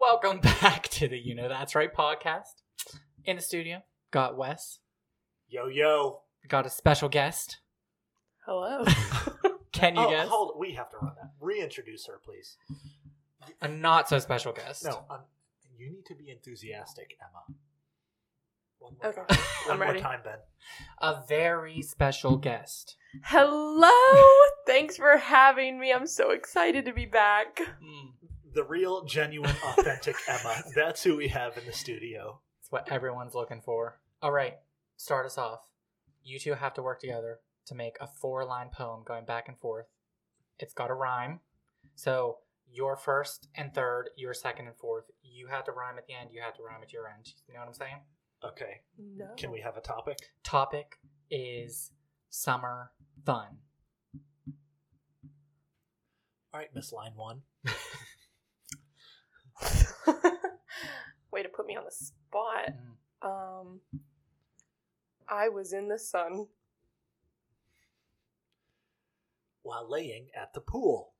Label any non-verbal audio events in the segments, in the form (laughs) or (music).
Welcome (laughs) back to the You Know That's Right podcast. In the studio, got Wes, Yo, yo. got a special guest. (laughs) Hello. Can you oh, guess? hold. We have to run that. Reintroduce her, please. A not so special guest. No, um, you need to be enthusiastic, Emma. One more Okay. time. (laughs) I'm One more ready. time, Ben. A very special guest. Hello. Thanks for having me. I'm so excited to be back. Mm, The real, (laughs) genuine, authentic Emma. That's who we have in the studio. It's what everyone's looking for. All right, start us off. You two have to work together to make a four line poem going back and forth. It's got a rhyme. So, your first and third, your second and fourth. You have to rhyme at the end, you have to rhyme at your end. You know what I'm saying? Okay. No. Can we have a topic? topic is summer fun. All right, Miss Line One. (laughs) Way to put me on the spot. Mm. Um I was in the sun. While laying at the pool.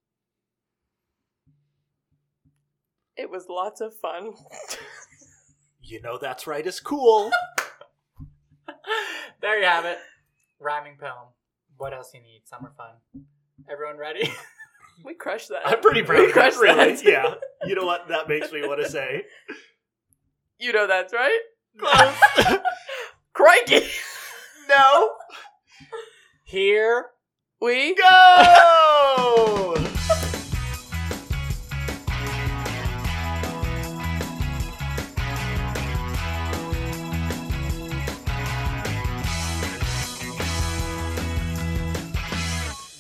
It was lots of fun. (laughs) You know that's right is (laughs) cool. (laughs) there you have it. Rhyming poem. What else you need? Summer fun. Everyone (laughs) ready? we crushed that. I'm pretty proud We of crushed that, really. that. (laughs) Yeah. You know what? That makes me want to say. You know that's right. (laughs) Close. Crikey. (laughs) no. Here. We Go!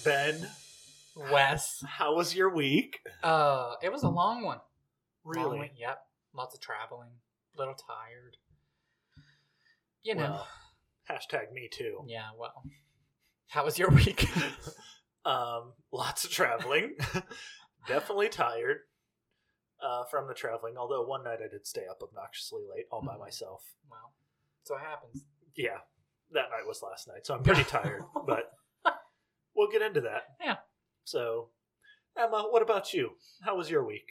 Ben, Wes. how was your week? Uh, it was a long one. Long Really? one, Yep. Lots of traveling. A little tired. You know. Well, hashtag me too. yeah. Well. How was your (laughs) week? Um, lots of traveling. Definitely tired uh, from the traveling. Although one night I did stay up obnoxiously late all by myself. well, so it happens. yeah, that night was last night, so I'm pretty tired, but we'll get into that. Yeah. So, Emma, what about you? How was your week?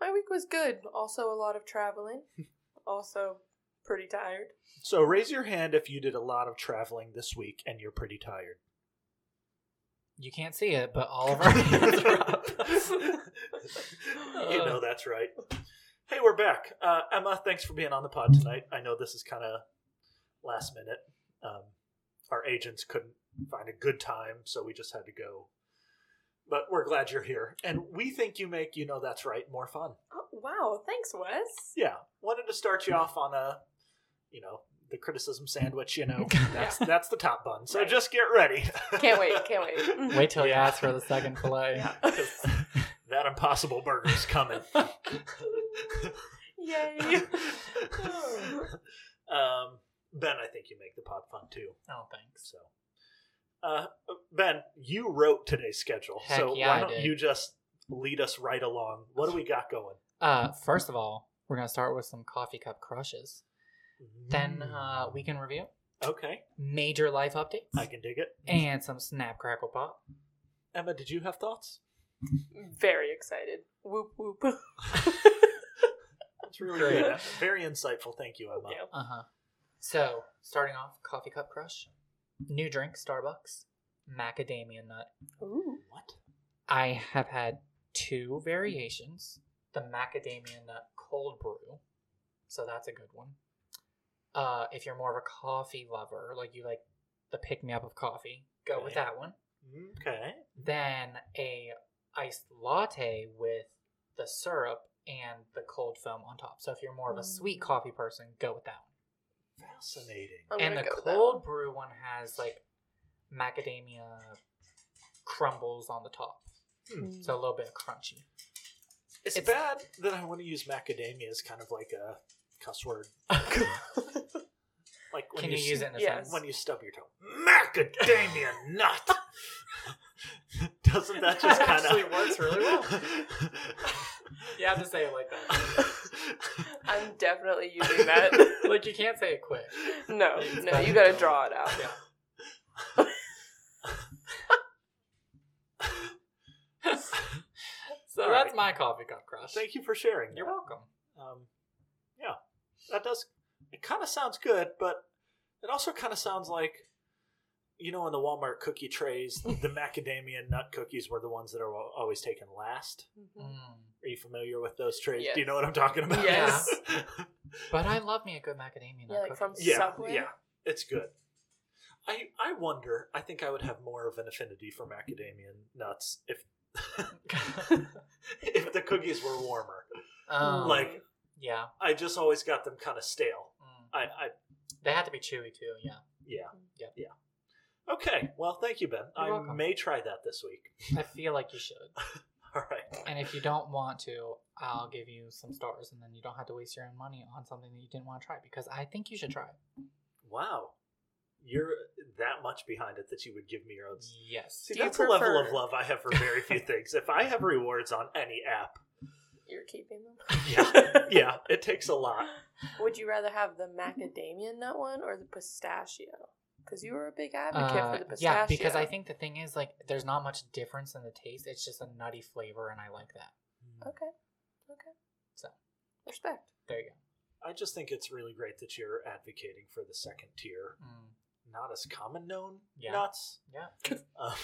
My week was good. Also a lot of traveling. (laughs) Also pretty tired. So, raise your hand if you did a lot of traveling this week and you're pretty tired. You can't see it, but all of our hands are (laughs) up. you know that's right. Hey, we're back. Uh, Emma, thanks for being on the pod tonight. I know this is kind of last minute. Um, our agents couldn't find a good time, so we just had to go. But we're glad you're here, and we think you make you know that's right more fun. Oh, wow, thanks, Wes. Yeah, wanted to start you off on a, you know, the criticism sandwich. You know, that's that's the top bun. So Right. just get ready. (laughs) Can't wait, can't wait. Wait till you Yeah. ask for the second fillet. (laughs) that impossible burger's coming. (laughs) Yay. (laughs) um, ben, I think you make the pod fun too. (laughs) Oh, thanks. So, uh, Ben, you wrote today's schedule, Heck so yeah, I why don't did. you just lead us right along? What do we got going? Uh, first of all, we're gonna start with some coffee cup crushes. Then uh, we can review okay, major life updates Mm. I can dig it. and some snap crackle pop. Emma, did you have thoughts? Very excited. Whoop whoop. (laughs) That's really Great. good. Very insightful. Thank you, Emma. Yeah. Uh huh. So starting off, coffee cup crush, new drink Starbucks, macadamia nut. Ooh. What? I have had two variations: the macadamia nut cold brew, so that's a good one. Uh, if you're more of a coffee lover, like you like the pick me up of coffee, go with Okay. that one. Okay. then a iced latte with the syrup and the cold foam on top. So if you're more of Mm. a sweet coffee person, go with that Fascinating. I'm one. And gonna the go with that cold brew one has like macadamia crumbles on the top. one. So a little bit of (laughs) crunchy. It's, Hmm, It's- bad that I want to use macadamia as kind of like a cuss word. like when Can you, you use it in a yes. sentence? when you stub your toe. Macadamia nut. Doesn't that just That kind of actually works really well. You have to say it like that. (laughs) I'm definitely (laughs) using that. (laughs) like you can't say it quick. (laughs) (laughs) No, It's no, fine. you gotta draw it out. Yeah. so All that's right. my coffee cup crush. Thank you for sharing. You're that. welcome. Um, that does it kind of sounds good, but it also kind of sounds like you know in the Walmart cookie trays, the macadamia nut cookies were the ones that are al- always taken last. Mhm. Mm. Are you familiar with those trays? Do you Yes. know what I'm talking about? Yes. (laughs) But I love me a good macadamia nut Yeah, like cookie. from yeah, Subway. yeah, it's good. I I wonder. I think I would have more of an affinity for macadamia nuts if (laughs) if the cookies were warmer. (laughs) Um, Like- yeah, I just always got them kind of stale. mm. I, I they had to be chewy too. Yeah, yeah Yeah. yeah. Okay, well, thank you, Ben. You're I welcome. may try that this week. (laughs) I feel like you should. All right. And if you don't want to, I'll give you some stars, and then you don't have to waste your own money on something that you didn't want to try because I think you should try it. Wow, you're that much behind it that you would give me your own. s- Yes. See, Do you that's a level prefer- of love I have for very (laughs) few things. If I have rewards on any app, You're keeping them. (laughs) yeah, (laughs) yeah, it takes a lot. Would you rather have the macadamia nut one or the pistachio? Because you were a big advocate Uh, for the pistachio. yeah, because I think the thing is like there's not much difference in the taste. It's just a nutty flavor, and I like that. Mm. Okay. Okay. So Respect. there you I just think it's really great that you're advocating for the second tier, go. Mm, not as common known Yeah. nuts. yeah, (laughs) Um,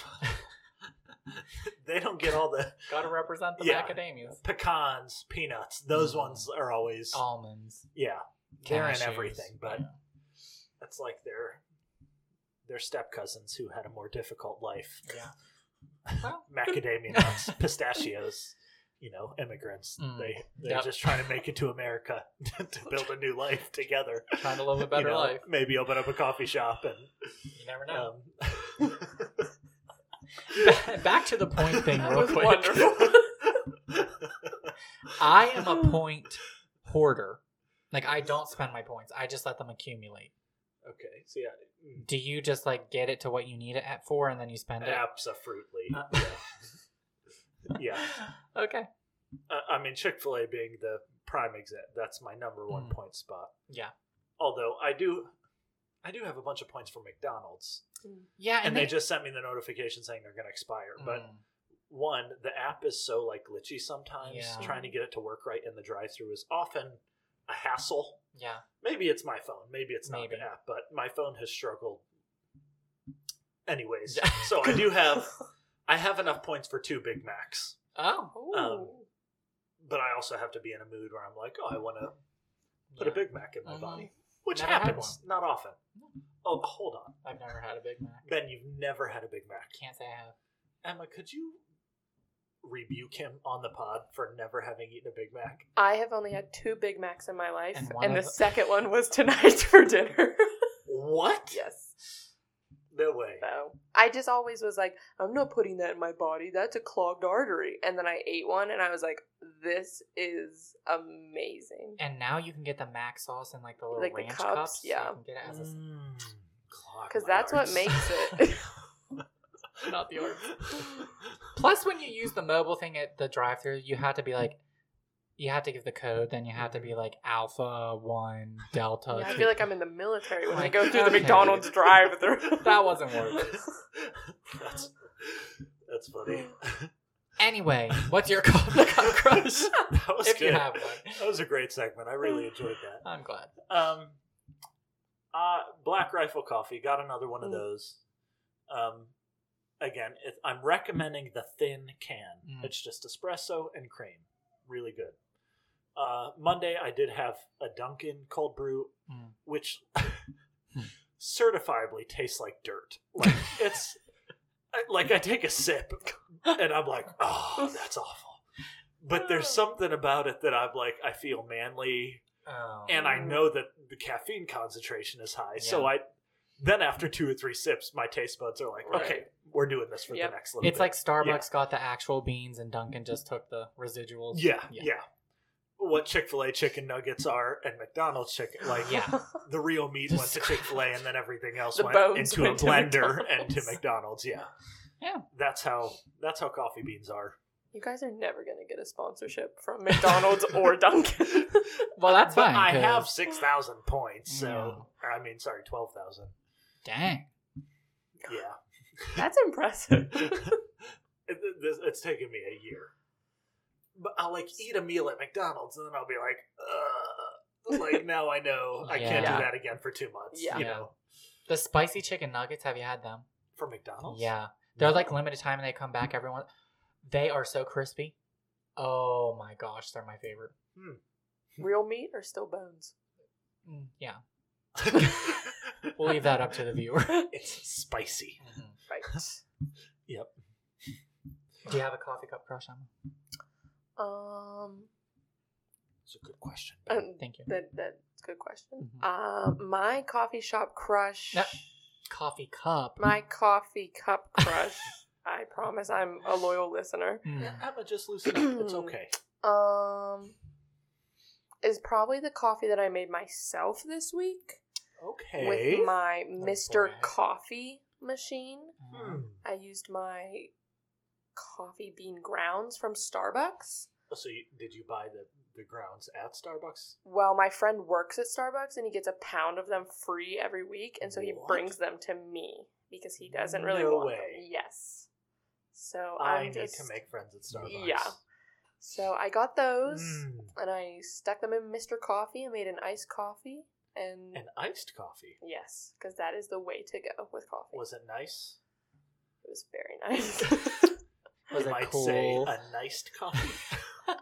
they don't get all the gotta represent the Yeah. macadamias, pecans, peanuts. Those Mhm. ones are always almonds. yeah. They're in cashews, everything, but yeah. that's like their their step cousins who had a more difficult life. Yeah. Well, (laughs) Macadamia nuts, pistachios. You know, immigrants. Mm. They they're Yep. just trying to make it to America (laughs) to build a new life together. trying to live a (laughs) You better know, life. Maybe open up a coffee shop and You never know. Um, (laughs) Back to the point (laughs) thing, That real was quick. wonderful. I am (laughs) a point hoarder. Like I don't spend my points. I just let them accumulate. okay, so yeah, Do you just like get it to what you need it at for, and then you spend it? absolutely. Uh. yeah. Ah, yeah, (gasps) Uh, Okay. I, I mean Chick Fil A being the prime exit. That's my number one Mm. point spot. Yeah. Although I do, I do have a bunch of points for McDonald's, Yeah, and, they, just sent me the notification saying they're going to expire. But Mm, one, the app is so like glitchy sometimes. Yeah. Trying to get it to work right in the drive-through is often a hassle. yeah. maybe it's my phone maybe it's not Maybe. the app but my phone has struggled anyways (laughs) so i do have i have enough points for two big macs Oh. Ooh. Um, but i also have to be in a mood where i'm like oh i want to put yeah. a big mac in my Mhm. body which Never had happens not often oh hold on I've never had a Big Mac. ben you've never had a big mac Can't say I have. emma could you rebuke him on the pod for never having eaten a big mac I have only had two Big Macs in my life, And and, one the of- (laughs) second one was tonight (laughs) for dinner. what yes. no way So I just always was like, I'm not putting that in my body. That's a clogged artery. And then I ate one, and I was like, this is amazing. And now you can get the Mac sauce in like the little Like the ranch cups, cups. so yeah. you can get it as a. Mm, clog Because my that's what arts. (laughs) makes (laughs) it. Not the arts. arts. Plus, when you use the mobile thing at the drive-through, you have to be like, you have to give the code. Then you have to be Mm-hmm. like Alpha One Delta. Yeah, I two- feel like I'm in the military when I Like, go through the okay. (laughs) McDonald's drive-through. Oh That wasn't worth (laughs) That's, that's (laughs) funny. (laughs) Anyway, what's your (laughs) cup, cup crush? that was if good. you have one, That was a great segment. I really enjoyed that. I'm glad. Um, uh, Black Rifle Coffee got another one of Mm. those. Um, again, it, I'm recommending the thin can. Mm. It's just espresso and cream. Really good. Uh, Monday, I did have a Dunkin' cold brew Mm. (laughs) which (laughs) certifiably tastes like dirt. Like it's I- like I take a sip and I'm like, (laughs) oh, that's awful. But there's something about it that I'm like, I feel manly, Oh. and I know that the caffeine concentration is high. So Yeah. I then after two or three sips, my taste buds are like, Right. okay, we're doing this for Yep. the next little. it's bit. like Starbucks got the actual beans, and Dunkin' just took the residuals. yeah, yeah. Yeah. What Chick Fil A chicken nuggets are, and McDonald's chicken, like Yeah. (laughs) the real meat went to Just- Chick Fil A, and then everything else The went bones into a went to blender McDonald's. and to McDonald's. Yeah, Yeah. That's how that's how coffee beans are. (laughs) You guys are never gonna get a sponsorship from McDonald's (laughs) or Dunkin'. (laughs) Well, that's but fine. I 'cause- have six thousand points, so I mean, sorry, twelve thousand. Dang. Yeah, That's impressive. (laughs) It- it- this- it's taken me a year. But I'll like eat a meal at McDonald's, and then I'll be like, (laughs) like now I know I can't Yeah. do that again for two months. Yeah. You Yeah. know, The spicy chicken nuggets, have you had them? for McDonald's. Yeah. They're (laughs) like (laughs) limited time and they come back everyone. They are so crispy. Oh my gosh, they're my favorite. Real meat or still bones? Mm, yeah. We'll leave that up (laughs) to the viewer. It's spicy. Mhm. (laughs) Right. Yep. Do you have a coffee cup crush on um, It's a good question. um, Thank you. Mm-hmm. that that's a good question. Um, my coffee shop crush. No. Coffee cup. My coffee cup (laughs) crush. I promise I'm a loyal listener. Yeah, Mm. Emma, just loosen up. (clears throat) It's okay. Um, is probably the coffee that I made myself this week Okay. with my Mister boy. Coffee machine. (laughs) Hmm. I used my coffee bean grounds from Starbucks. So you, did you buy the, the grounds at Starbucks? Well, my friend works at Starbucks and he gets a pound of them free every week, and so he What? brings them to me because he doesn't really No want way. them. Yes. So I I'm need just, to make friends at Starbucks. Yeah. So I got those Mm, and I stuck them in Mr. Coffee and made an iced coffee and, And iced coffee. yes, because that is the way to go with coffee. Was it nice? it was very (laughs) nice. Was you it might cool? say a nice coffee. (laughs)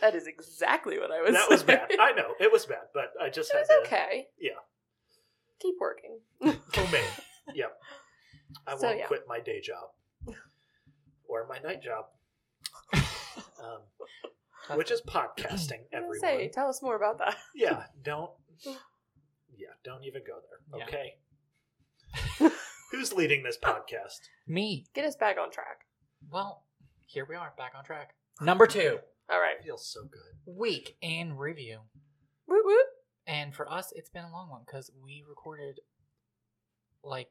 that is exactly what I was. that was saying. bad. I know it was bad, but I just It had was to okay. yeah. Keep working. (laughs) homemade. Yep. I So, won't yeah. quit my day job or my night job, um, That's- which is podcasting. I Everyone, was gonna Say, tell us more about that. (laughs) yeah, don't, yeah, don't even go there. Yeah. Okay. Who's leading this podcast? me. Get us back on track. Well, here we are, back on track. Number two, All right. It feels so good. week in review. Woot woot. (laughs) And for us, it's been a long one because we recorded like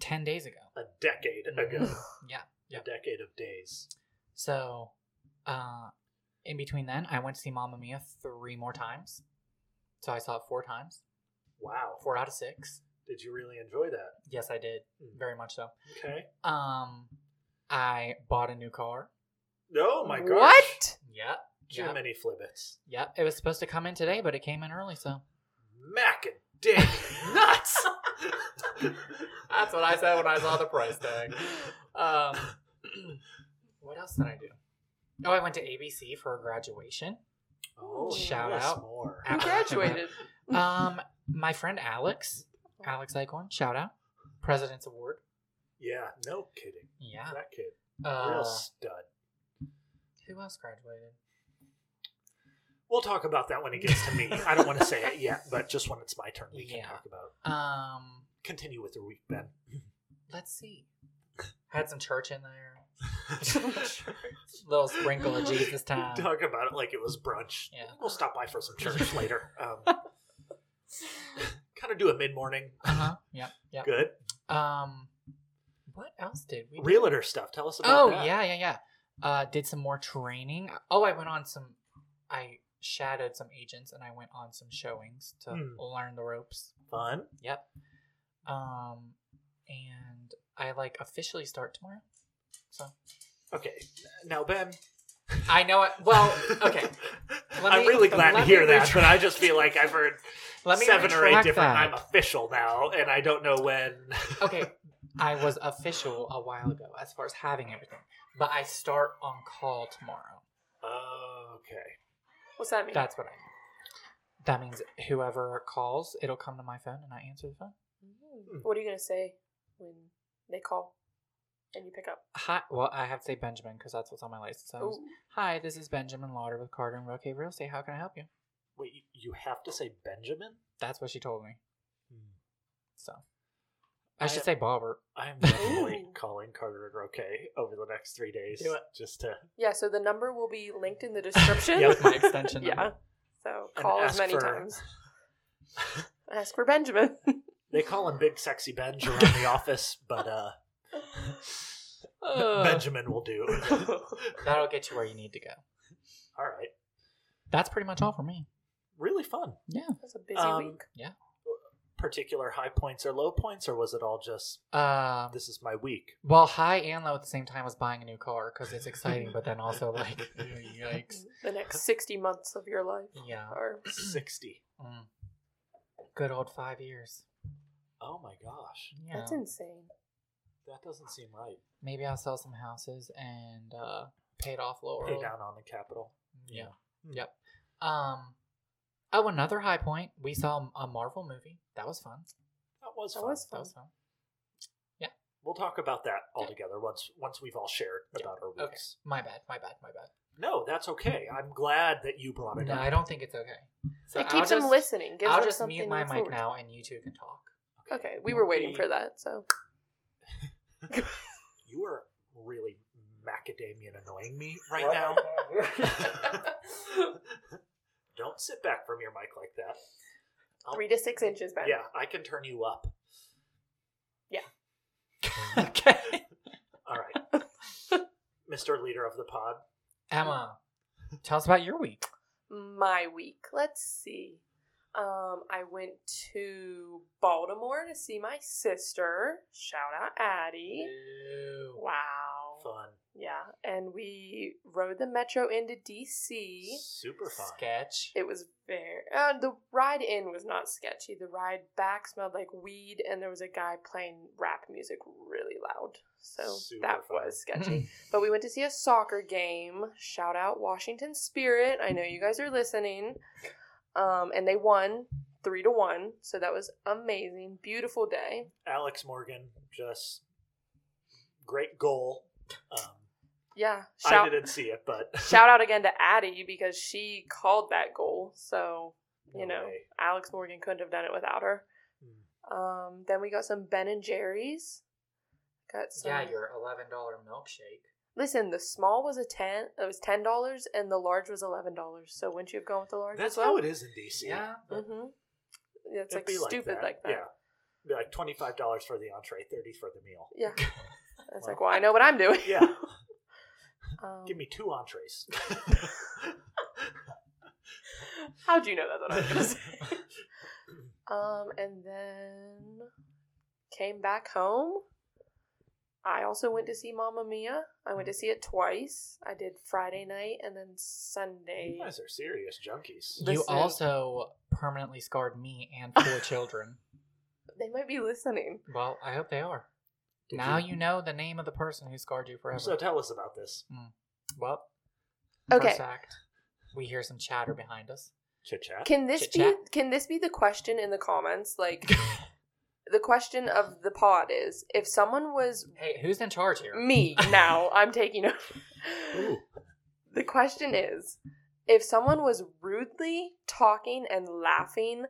10 days ago. A decade Mm-hmm. ago, Yeah. a decade of days. So, uh, in between then, I went to see Mamma Mia three more times. So I saw it four times, Wow. four out of six. Did you really enjoy that? Yes, I did. Very much so. Okay. Um, I bought a new car. Oh my gosh. What? Yeah. Too Yeah. many flibbits. Yeah. It was supposed to come in today, but it came in early. So Mac and dick nuts. (laughs) that's what I said when I saw the price tag. (laughs) Um, what else did I do? Oh, I went to ABC for a graduation. Oh, Shout yes, out. More. (laughs) Who graduated? (laughs) Um, my friend Alex, Alex Icon, shout out, President's Award. Yeah, no kidding. Yeah. That kid, Uh, real stud. who else graduated? We'll talk about that when it gets to me. I don't want to say it yet, but just when it's my turn, we can Yeah. talk about. Um, Continue with the week, Ben. (laughs) (laughs) let's see. Had some church in there. Little sprinkle of Jesus (laughs) time. Talk about it like it was brunch. Yeah. We'll stop by for some (laughs) church later. Um, kind of do a mid (laughs) morning. Uh huh. Yep. Yep. Good Um, what else did we? do? realtor stuff. Tell us about Oh that. yeah, yeah, yeah. Uh, did some more training. Oh, I went on some. I shadowed some agents, and I went on some showings to Hmm. learn the ropes. fun. Yep. Um, and I like officially start tomorrow. So Okay, now Ben. I know it. (laughs) Well, okay. Let I'm me- really glad to let hear me that, retract- but I just feel like I've heard Let me seven or eight retract different. that. I'm official now, and I don't know when. okay, I was official a while ago as far as having everything, but I start on call tomorrow. okay. What's that mean? That's what I mean. That means whoever calls, it'll come to my phone and I answer the phone. Mm-hmm. Hmm, Mm. What are you gonna say when they call and you pick up? Hi. Well, I have to say Benjamin because that's what's on my license. So I was, Ooh. Hi, this is Benjamin Lauder with Carter and Roque Real Estate. How can I help you? Wait, you- you have to say Benjamin? That's what she told me. Hmm. So I, I- should say Bobbert. I'm definitely Ooh. calling Carter and Roque over the next three days. Do it. Just to Yeah. So the number will be linked in the description. That was my extension. (laughs) Yeah. number. So And call as ask many for- times. ask for Benjamin. (laughs) they call him Big Sexy Benj around the office, but uh, (laughs) Ugh. Benjamin will (laughs) do. That'll get you where you need to go. All right, That's pretty much all for me. really fun. Yeah. That's a busy Um, week. particular high points or low points, or was it all just Um, this is (clears throat) my week? well, high and low at the same time was buying a new car because it's exciting, but then also like, (laughs) yikes. The next 60 months of your life Yeah. are. Sixty. Mm. Good old five years. Oh my gosh, Yeah. That's insane. that doesn't seem right. Maybe I'll sell some houses and uh, pay it off lower. Pay down on the capital. Yeah. Hmm. Yep. Um. Oh, another high point. We saw a Marvel movie. That was fun. That was That fun. was That was fun. We'll talk about that all together once once we've all shared Yeah. about our Okay. weeks. My bad. My bad. My bad. No, that's okay. I'm glad that you brought it No, up. I don't think it's okay. So it keeps I'll them just- listening. Gives I'll them just something mute to my look mic forward to. now, and you two can (laughs) talk. Okay, we were waiting for that, so. You are really macadamia and annoying (laughs) me right now. don't sit back from your mic like that. I'll- Three to six inches back. Yeah, I can turn you up. okay. All right. (laughs) Mr. Leader of the Pod. Emma, tell us about your week. my week. Let's see. Um, I went to Baltimore to see my sister. Shout out Addie. Wow. Fun. Yeah. And we rode the metro into DC. Super fun. Sketch. It was very. Uh, the ride in was not sketchy. The ride back smelled like weed, and there was a guy playing rap music really loud. So Super fun. that was sketchy. (laughs) (laughs) But we went to see a soccer game. Shout out Washington Spirit. I know you guys are listening. Um, and they won three to one. So that was amazing. Beautiful day. Alex Morgan, just great goal. Um, Yeah. I Shout didn't see it, but (laughs) shout out again to Addie because she called that goal. So, you No know, way. Alex Morgan couldn't have done it without her. Mm. Um, then we got some Ben and Jerry's. Got some Yeah, your eleven dollar milkshake. Listen, the small was a ten it was ten dollars and the large was eleven dollars. So wouldn't you have gone with the large? that's as well? how it is in DC. Yeah. but Mm-hmm. Yeah, it's It'd like be stupid like that. Yeah. Be like twenty five dollars for the entree, thirty for the (laughs) meal. Yeah. (laughs) It's like, well, I know what I'm doing. Yeah. Um, Give me two (laughs) entrees. (laughs) How'd you know that's what I was going to say? (laughs) (laughs) um, and then came back home. I also went to see Mamma Mia. I went to see it twice. I did Friday night and then Sunday. you guys are serious junkies. You Listen. also permanently scarred me and four (laughs) children. They might be listening. Well, I hope they are. Did now you- you know the name of the person who scarred you forever. (laughs) So tell us about this well, Okay. first act, we hear some chatter behind us. chit chat. Can this be Chit-chat. can this be the question in the comments? (laughs) Like the question of the pod is if someone was Hey, who's in charge here? (laughs) me now, I'm taking over. Ooh, The question is if someone was rudely talking and laughing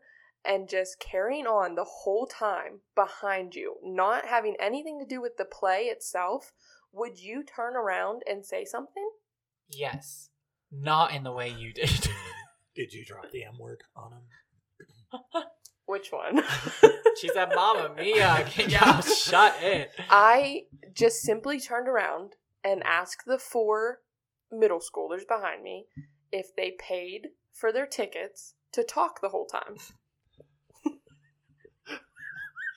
and just carrying on the whole time behind you, not having anything to do with the play itself, would you turn around and say something? Yes, not in the way you (laughs) did. did you drop the M word on him? (laughs) Which one? she said, "Mama Mia, can y'all (laughs) shut it?" I just simply turned around and asked the four middle schoolers behind me if they paid for their tickets to talk the whole time.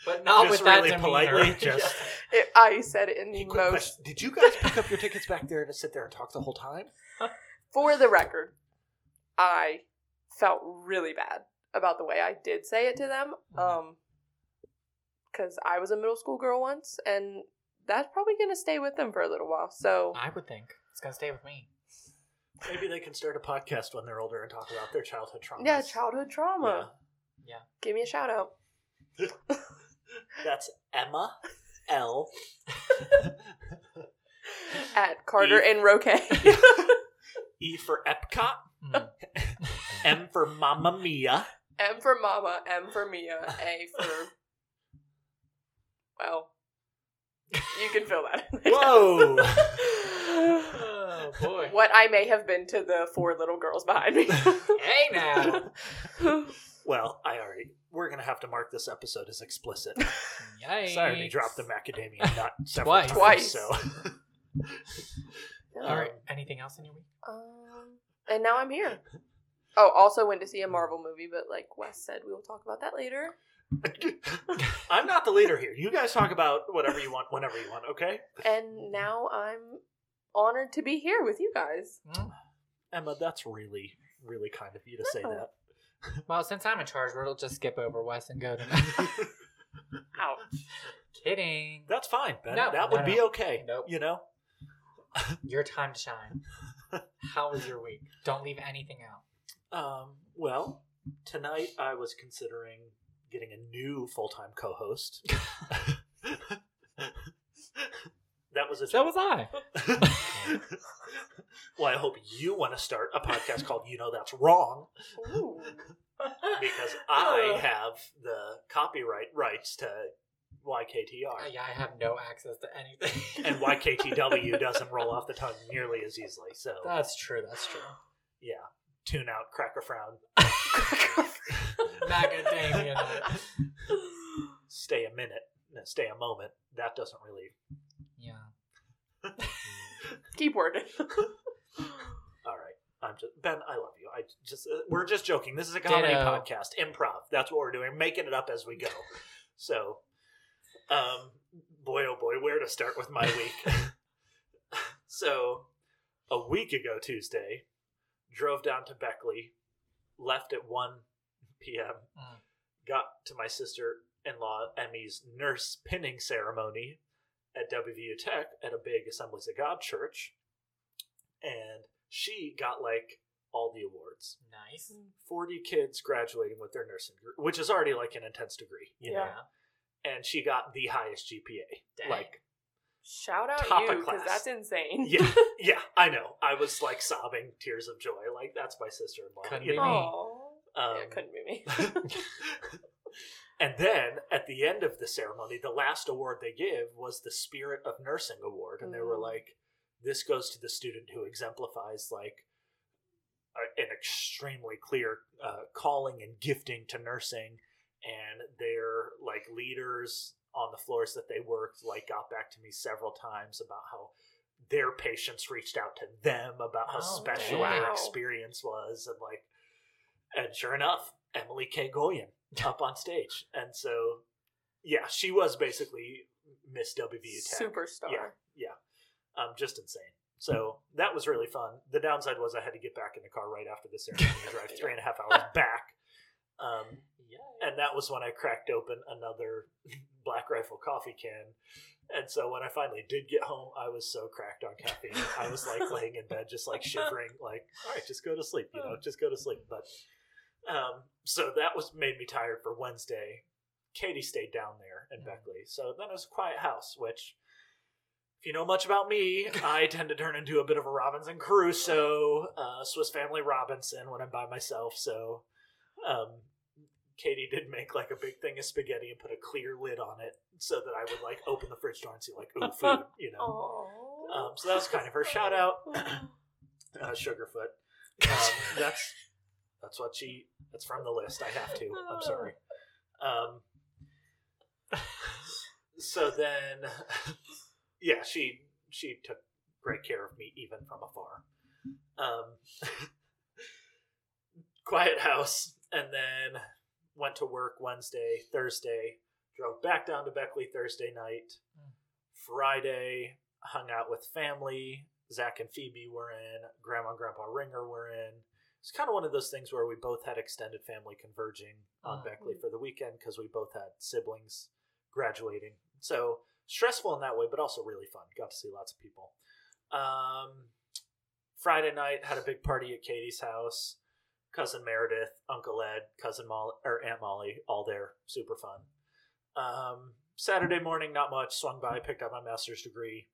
but not Just with that really demeanor. (laughs) politely, just- It, I said it in the Hey, quick most question. (laughs) Did you guys pick up your tickets back there to sit there and talk the whole time? for the record, I felt really bad about the way I did say it to them. Mm-hmm. Um, because I was a middle school girl once, and that's probably gonna stay with them for a little while. So Ah, I would think it's gonna stay with me. Maybe they can start a podcast when they're older and talk about their childhood traumas. yeah, childhood trauma. Yeah. Give me a shout out. That's Emma L. at Carter and Roquet. (laughs) E for Epcot, (laughs) Mm. M for Mamma Mia. M for Mama, M for Mia, A for. Well, you can fill that. in. (laughs) Whoa! oh boy. what I may have been to the four little girls behind me. Hey (laughs) (laughs) now. well, I already. We're gonna have to mark this episode as explicit. Yikes. So I already dropped the (laughs) macadamia nut several Twice. times. Twice. So (laughs) All right. Anything else in your week? Um, and now I'm here. Oh, also went to see a Marvel movie, but like Wes said, we will talk about that later. I'm not the leader here. You guys talk about whatever you want, whenever you want, okay? And now I'm honored to be here with you (laughs) guys. Hmm. Emma, that's really, really kind of you to say No. that. Well, since I'm in charge, we'll just skip over Wes and go to. (laughs) Ouch. Kidding. (laughs) That's fine. That, No, that would no, be no. okay. Nope. You know? Your time to shine. How was your week? Don't leave anything out. Um, well, tonight I was considering getting a new full time co host. (laughs) that was (laughs) a So was I. (laughs) well, I hope you want to start a podcast called You Know That's Wrong Ooh. (laughs) (laughs) because I have the copyright rights to Uh, YKTR. yeah, I have no access to anything. (laughs) And YKTW doesn't roll off the tongue nearly as easily. So, (laughs) That's true. That's true. yeah, tune out, crack a frown, Macadamia nut. stay a minute, no, stay a moment. That doesn't really. Yeah. Keep working. (gasps) All right. I'm just Ben. I love you. I just uh, we're just joking. This is a comedy Ditto. podcast, improv. That's what we're doing. Making it up (laughs) as we go. So, um, boy oh boy, where to start with my (laughs) week? so, a week ago Tuesday, drove down to Beckley, left at one p.m. Mm. Got to my sister-in-law Emmy's nurse pinning ceremony at WVU Tech at a big Assemblies of God church, and she got like all the awards. Nice. 40 kids graduating with their nursing degree, which is already like an intense degree, you know? Yeah. And she got the highest GPA. Dang. (laughs) Like, Shout out Top you of because class. that's insane. yeah, yeah, I know. I was like sobbing tears of joy. Like, that's my sister in law. Couldn't you be know? me. Aw. Um, yeah, couldn't be (laughs) me. and then at the end of the ceremony, the last award they give was the Spirit of Nursing Award, and they were Mm. like, "This goes to the student who exemplifies like a, an extremely clear uh, calling and gifting to nursing, and their like leaders on the floors that they worked like got back to me several times about how." Their patients reached out to them about how Oh, special their wow. experience was, and like and sure enough, Emily K. Goyen up on stage. And so, yeah, she was basically Miss WVU Tech. Superstar. Yeah, yeah. Um, just insane. So that was really fun. The downside was I had to get back in the car right after the ceremony and drive three and a half hours back. Um, and that was when I cracked open another (laughs) Black Rifle coffee can. And so when I finally did get home, I was so cracked on caffeine. I was like laying in bed, just like shivering, like, all right, just go to sleep, you know, just go to sleep. But um, so that was made me tired for Wednesday. Katie stayed down there in Mhm. Beckley. So then it was a quiet house, which, if you know much about me, I tend to turn into a bit of a Robinson Crusoe, uh, Swiss Family Robinson when I'm by myself. So um, Katie did make like a big thing of spaghetti and put a clear lid on it so that I would like open the fridge door and see like ooh food, you know. Aw. Um, (clears throat) so that was kind of her shout out, uh, Sugarfoot. (laughs) Um, that's that's what she. That's from the list. I have to. I'm sorry. Um, so then, (laughs) yeah, she she took great care of me even from afar. Um, quiet house, and then went to work Wednesday, Thursday. Drove back down to Beckley Thursday night. Friday, hung out with family. Zach and Phoebe were in. Grandma and Grandpa Ringer were in. It's kind of one of those things where we both had extended family converging on Mm. Beckley for the weekend because we both had siblings graduating. So stressful in that way, but also really fun. Got to see lots of people. Um, Friday night had a big party at Katie's house. Cousin Meredith, Uncle Ed, cousin Molly, or Aunt Molly, all there. Super fun. Um, Saturday morning, not much. Swung by, picked up my master's degree.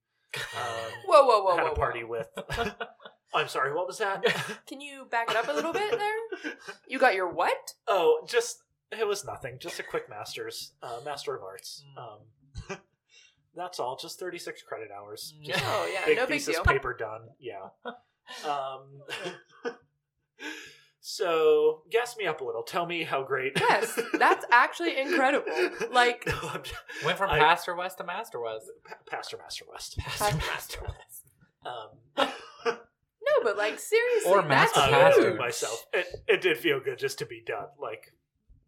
Um, (clears throat) Whoa, whoa, (laughs) whoa, had whoa. a party whoa. (laughs) with. Um, (laughs) I'm sorry, what was that? Can you back it up a little bit there? (laughs) You got your what? Oh, just it was nothing. Just a quick master's, uh, master of arts. Mm. Um, that's all. Just 36 credit hours. Mm. Just Oh, yeah, big no big thesis deal. paper done. Yeah. Um, (laughs) so gas me up a little. Tell me how great. Yes, (laughs) that's actually incredible. Like, No, I'm just- (laughs) Went from I- Pastor West to Master West. Pa- Pastor Master West. Pastor Master West. Um, no, but like, seriously. Or that's Master I Pastor. myself. It, it did feel good just to be done. Like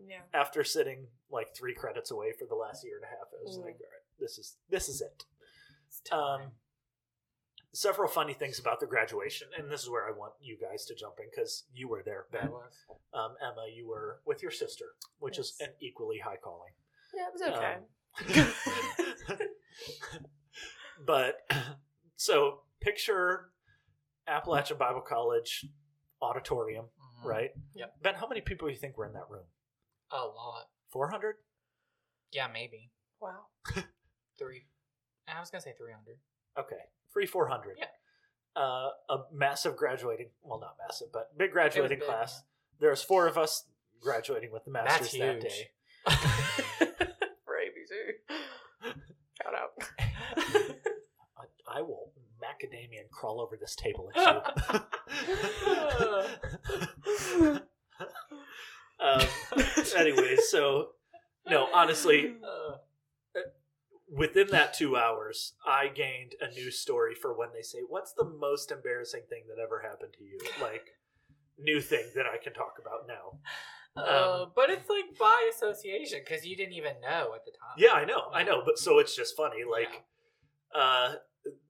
Yeah. after sitting like three credits away for the last year and a half, I was Mm. like, all right, this is this is it. Um, several funny things about the graduation, and this is where I want you guys to jump in because you were there, Ben. That was. Um, Emma, you were with your sister, which is Yes. an equally high calling. Yeah, it was okay. Um, (laughs) but (clears throat) so picture Appalachian Bible College auditorium, Mhm. right? Yep. Ben, how many people do you think were in that room? A lot. 400? Yeah, maybe. wow. Three. I was going to say 300. Okay. Three, 400. Yeah. Uh, a massive graduating, well, not massive, but big graduating big, class. There's four of us graduating with the master's huge. that day. For (laughs) ABC. Shout out. (laughs) I, I will macadamia and crawl over this table at (laughs) you. um, anyway, so no, honestly, (laughs) um, Uh, within that two hours, I gained a new story for when they say, "What's the most embarrassing thing that ever happened to you?" Like new thing that I can talk about now. uh, but it's like by association because you didn't even know at the time. Yeah, I know, I know, but so it's just funny. Like, uh,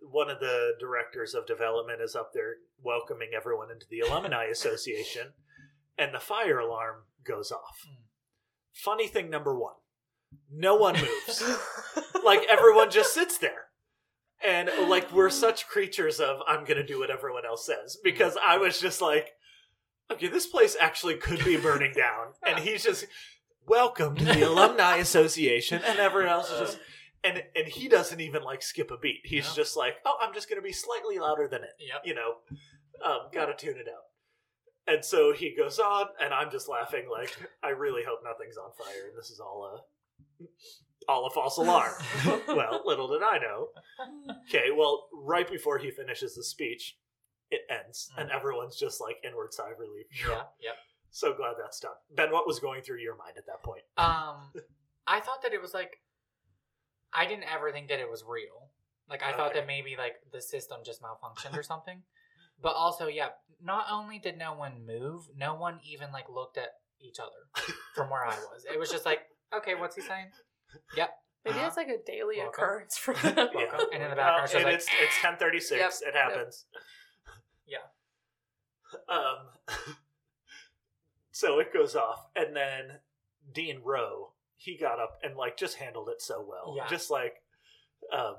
one of the directors of development is up there welcoming everyone into the alumni association, and the fire alarm goes off. Mm. Funny thing number one: no one (laughs) moves. like everyone just sits there and like we're such creatures of i'm gonna do what everyone else says because i was just like okay this place actually could be burning down and he's just welcome to the alumni association and everyone else is just and and he doesn't even like skip a beat he's Yeah. just like oh i'm just gonna be slightly louder than it (laughs) Yep. you know, um, gotta tune it out. And so he goes on, and I'm just laughing like, I really hope nothing's on fire, and this is all a all a false alarm. well, little did I know. Okay, well, right before he finishes the speech, it ends, and everyone's just like inward sigh of relief. (laughs) Yeah. Yep. So glad that's done. Ben, what was going through your mind at that point? Um, I thought that it was like I didn't ever think that it was real. Like I thought Okay. that maybe like the system just malfunctioned or something. But also, yeah, not only did no one move, no one even like looked at each other from where I was. It was just like, okay, what's he saying? (laughs) Yep. Maybe uh-huh. that's like a daily Welcome. occurrence for them. Welcome. And in the Well, background, she's and like, it's it's ten thirty six. It happens. Yeah. Um. (laughs) so it goes off, and then Dean Rowe he got up and like just handled it so well. Yeah. Just like, um,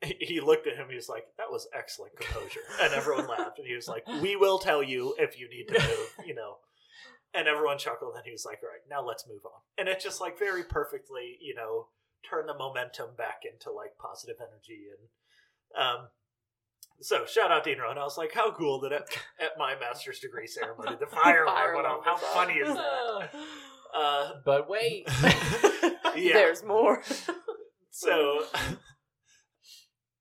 he, (laughs) he looked at him. He was like, "That was excellent composure," and everyone laughed. And he was like, "We will tell you if you need to move," you know. And everyone chuckled, and he was like, "All right, now let's move on." And it just like very perfectly, you know, turn the momentum back into like positive energy and um so shout out Dean Rowe. And I was like, how cool that at, at my master's degree ceremony the fire alarm went off. How funny is that? Uh But wait, Yeah. There's more. so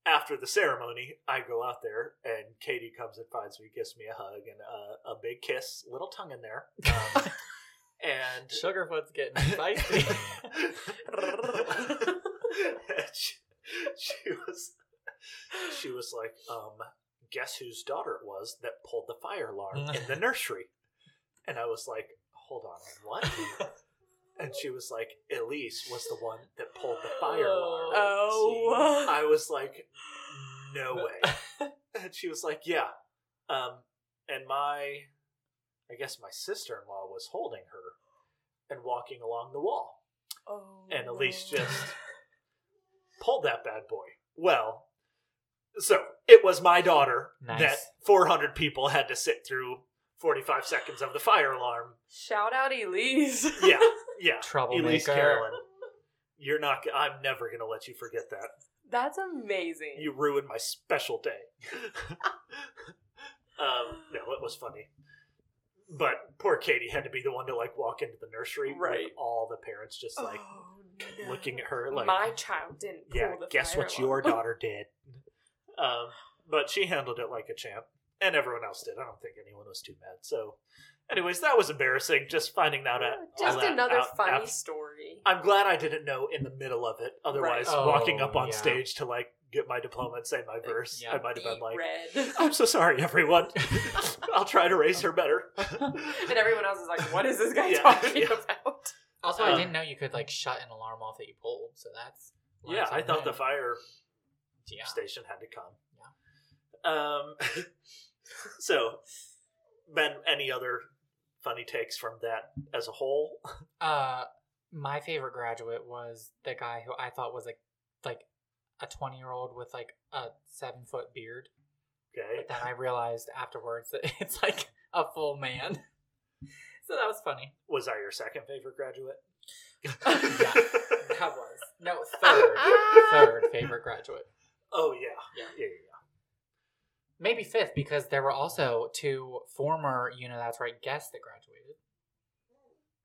after the ceremony, I go out there and Katie comes and finds me, gives me a hug and a, a big kiss, little tongue in there. (laughs) Um, (laughs) and Sugarfoot's getting (laughs) spicy. (laughs) she, she was she was like, um, guess whose daughter it was that pulled the fire alarm in the nursery. And I was like, hold on, what? And she was like, Elise was the one that pulled the fire alarm. Oh. I was like, no way. and she was like, yeah. Um, and my, I guess my sister in law was holding her and walking along the wall. Oh, And Elise no. just pulled that bad boy. Well, so it was my daughter Nice. that 400 people had to sit through 45 seconds of the fire alarm. Shout out Elise. (laughs) Yeah, (laughs) yeah. Troublemaker. Elise Carolyn. You're not, g- I'm never going to let you forget that. (laughs) That's amazing. You ruined my special (laughs) day. um, no, it was funny. But poor Katie had to be the one to like walk into the nursery Right. with all the parents just like Oh, no. looking at her like my child didn't. yeah, pull the guess fire what alarm. your daughter did. um, but she handled it like a champ, and everyone else did. I don't think anyone was too mad. So, anyways, that was embarrassing. Just finding out. At, Just all that another out- funny out- story. I'm glad I didn't know in the middle of it. Otherwise, Right. walking Oh, up on yeah. stage to like get my diploma and say my verse. yeah. I might have been like, (laughs) red. I'm so (laughs) sorry, everyone. (laughs) I'll try to raise her better. and everyone else is like, what is this (laughs) guy Yeah, talking yeah. about? Also, I Um, didn't know you could like shut an alarm off that you pulled. So that's yeah, I thought the fire yeah. station had to come. Um, (laughs) so, Ben, any other funny takes from that as a whole? Uh, my favorite graduate was the guy who I thought was like like a twenty year old with like a seven foot beard. Okay. But then (laughs) I realized afterwards that (laughs) it's like a full man. (laughs) So that was funny. Was that your second (laughs) favorite graduate? That was (laughs) no third (laughs) third favorite graduate. (laughs) oh, yeah. Yeah. yeah. yeah, Maybe fifth because there were also two former you know that's right guests that graduated.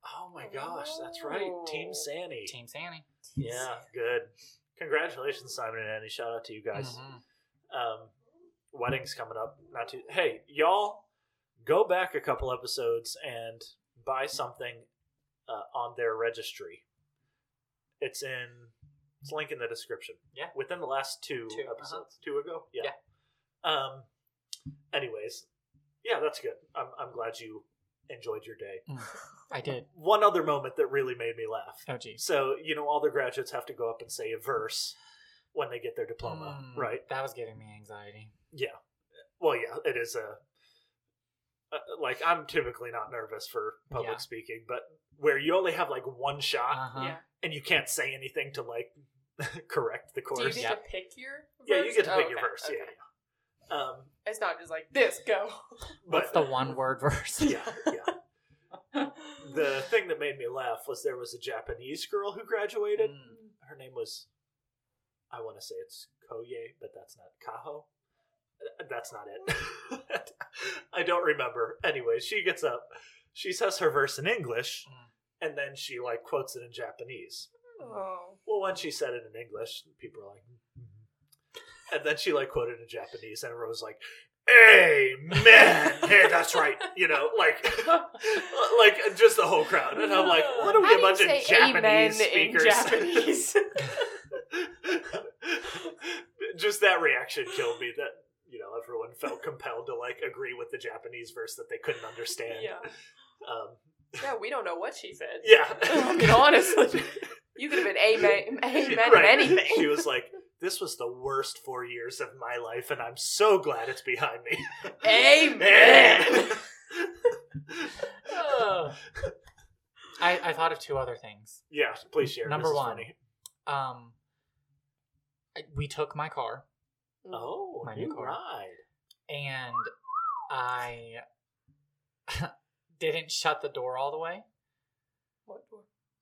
Oh, my gosh. That's right. Team Oh. Sani. Team Sandy. Yeah, good. Congratulations, Simon and Andy. Shout out to you guys. Mhm. Um, wedding's coming up. Not too. Hey, y'all, go back a couple episodes and buy something uh, on their registry. It's in. It's linked in the description. Yeah. Within the last two, Two, uh-huh. episodes, two ago. Yeah. Um. Anyways, yeah, that's good. I'm I'm glad you enjoyed your day. Mm. I did. One other moment that really made me laugh. Oh geez. So, you know, all the graduates have to go up and say a verse when they get their diploma, Hmm. Mm, right? That was giving me anxiety. Yeah. Well, yeah, it is a. Uh, like, I'm typically not nervous for public Yeah. speaking, but where you only have like one shot Uh-huh. Yeah. and you can't say anything to like (laughs) correct the Do you course. get Yeah. to pick your yeah, verse? you get to Oh, pick your okay, verse. okay. Yeah, yeah. Um, It's not just like, this, go. (laughs) What's but the one word verse? (laughs) yeah, yeah. The thing that made me laugh was there was a Japanese girl who graduated. Mm. her name was I want to say it's Koye, but that's not Kaho. Uh, That's not it. (laughs) I don't remember. Anyway, she gets up. She says her verse in English Mm. and then she like quotes it in Japanese. Oh. Well, when she said it in English, people were like "Mhm." And then she like quoted in Japanese and everyone was like Amen. (laughs) hey, that's right. You know, like like just the whole crowd. And I'm like, what are we How a do you bunch of say Japanese amen in speakers? (laughs) Japanese? (laughs) just that reaction killed me that you know everyone felt compelled to like agree with the japanese verse that they couldn't understand yeah. um (laughs) Yeah, we don't know what she said. yeah I mean, Oh, (laughs) honestly, you could have been amen, She- amen (laughs) right. (laughs) at anything. she was like this was the worst four years of my life and i'm so glad it's behind me (laughs) (laughs) amen. Mm, I, I thought of two other things. yeah please share Number This is one. funny. Um, I- we took my car oh My new new car. ride and I (laughs) didn't shut the door all the way, What door?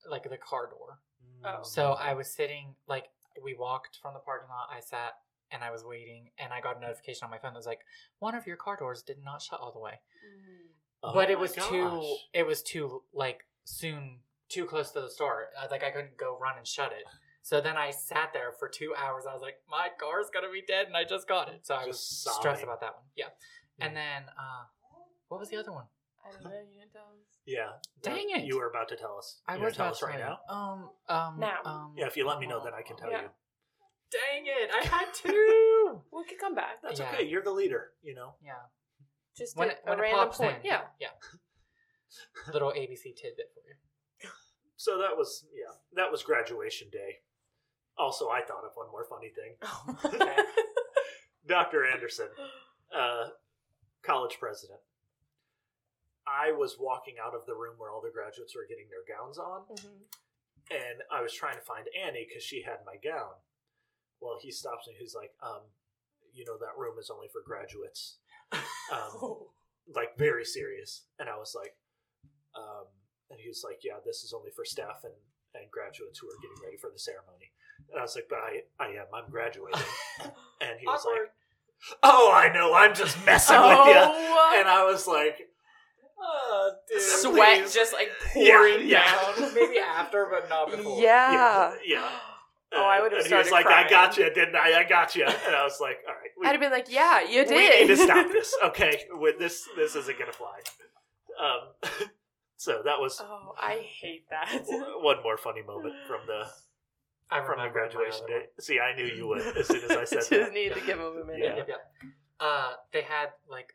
like the car door. Oh. So Mm-hmm. I was sitting, like, we walked from the parking lot. I sat and I was waiting, and I got a notification on my phone that was like, one of your car doors did not shut all the way. Mm, Oh but it my was too gosh. it was too like soon too close to the start I, like i couldn't go run and shut it so then i sat there for two hours i was like my car's gonna be dead and i just got it so i was Just stressed sobbing. Mm. about that one yeah and then uh what was the other one I don't know. You didn't tell us. yeah Dang it. Uh, you were about to tell us i you were was tell about us to right tell now you. um um Now. um, yeah if you let me know then i can tell Yeah. you dang it i (laughs) had two We could come back. That's Yeah. okay. You're the leader, you know. yeah Just when a, it, when a it random pops point. in (laughs) Yeah. yeah little abc tidbit for you So that was yeah, that was graduation day. Also, I thought of one more funny thing. Oh, (laughs) Dr. Anderson, uh, college president. I was walking out of the room where all the graduates were getting their gowns on, Mhm. and I was trying to find Annie because she had my gown. Well, he stops me. He's like, um, you know, that room is only for graduates. (laughs) Um, (laughs) like very serious and i was like um and he was like yeah this is only for staff and and graduates who are getting ready for the ceremony and i was like but i i am i'm (laughs) graduating and he was Awkward. like oh i know i'm just messing with you Oh, and i was like oh So- dude sweat please. just like Yeah, pouring yeah. (laughs) down. maybe after but not before Yeah. yeah. Oh, I uh, would've and he was like started i crying. got you didn't i i got you and i was like all right we- I'd have been like, yeah, you we did. need to (laughs) stop this okay with this this isn't gonna fly um (laughs) so that was Oh, I hate that. (laughs) one more funny moment from the I remember from the my graduation other day. one. See, I knew you (laughs) would as soon as I said Just that. need to give him a minute. Yeah. Yep, yep. Uh, they had like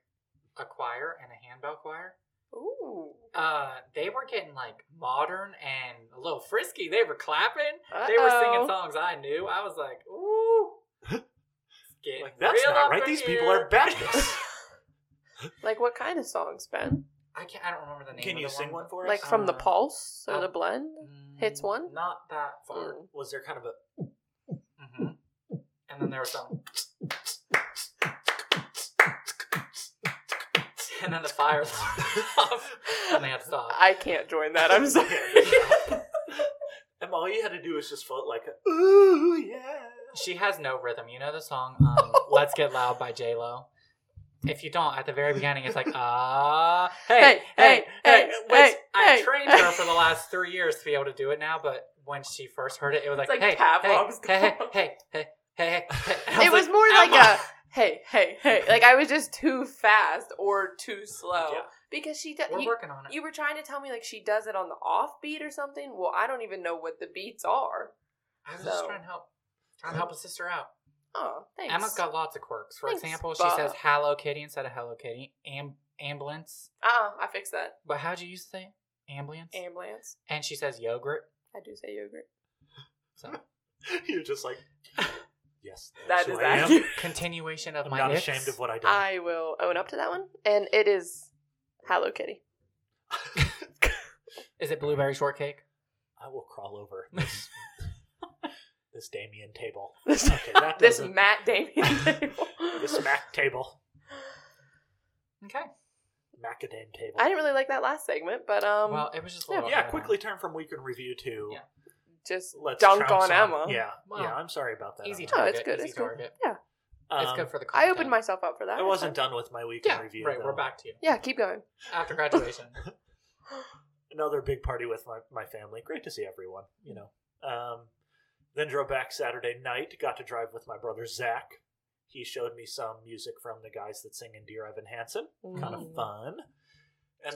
a choir and a handbell choir. Ooh. Uh, they were getting like modern and a little frisky. They were clapping. They were singing Uh-oh. songs I knew. I was like, ooh. it's getting Like that's real not up right. in These people here." (laughs) are badness. Like what kind of songs, Ben? I can't. I don't remember the name. Can of you the sing one but- for us? Like from the Uh, Pulse or I'll- the Blend? Hits one? Not that far. Mm. was there (laughs) kind of a hmm And then there was some. and then the fire (laughs) alarm went off, and they had to stop. I can't join (laughs) that. I'm (laughs) sorry. and all you had to do was just float like a, ooh yeah. She has no rhythm. You know the song um, "Let's Get Loud" by J Lo. If you don't, at the very beginning, it's like (laughs) ah, hey, hey, Hey, hey, hey, Which hey, I hey, trained hey. her (laughs) for the last three years to be able to do it now, but when she first heard it, it was like, It's like hey, Pavlov's hey, dog. hey, hey, hey, hey, (laughs) hey, hey. It was more like Emma. a hey, hey, hey. Like I was just too fast or too slow Yeah. because she does. We're You, working on it. you were trying to tell me like she does it on the offbeat or something. Well, I don't even know what the beats are. I was just So- trying to help, trying to help a sister out. Oh, thanks. Emma's got lots of quirks. For Thanks, example, she Bob. says "Hello Kitty" instead of "Hello Kitty." Am- ambulance, Ah, I fixed that. but how'd you used to say ambulance? Ambulance. and she says yogurt. I do say yogurt. So (laughs) You're just like yes. That who is I am. (laughs) accurate. continuation of I'm my not icks. ashamed of what I did. I will own up to that one, and it is Hello Kitty. (laughs) Is it blueberry shortcake? I will crawl over this this Damien table. Okay, that this doesn't- Matt Damien table. This Mac table. Okay. Macadam table. I didn't really like that last segment, but um, well, it was just a yeah. little. uh, yeah, quickly turn from week in review to Yeah. just let's dunk trounce on Emma. Yeah, Wow. yeah. I'm sorry about that. Easy Emma. No, target. it's good, Easy it's good. target. Um, It's good for the. Content. I opened myself up for that. I wasn't done with my week Yeah. in review. right. We're though. back to you (laughs) Yeah, keep going. after graduation. Another big party with my, my family. Great to see everyone. You know. Um, then drove back Saturday night. Got to drive with my brother Zach. He showed me some music from the guys that sing in Dear Evan Hansen. Kind of Mm. fun. It's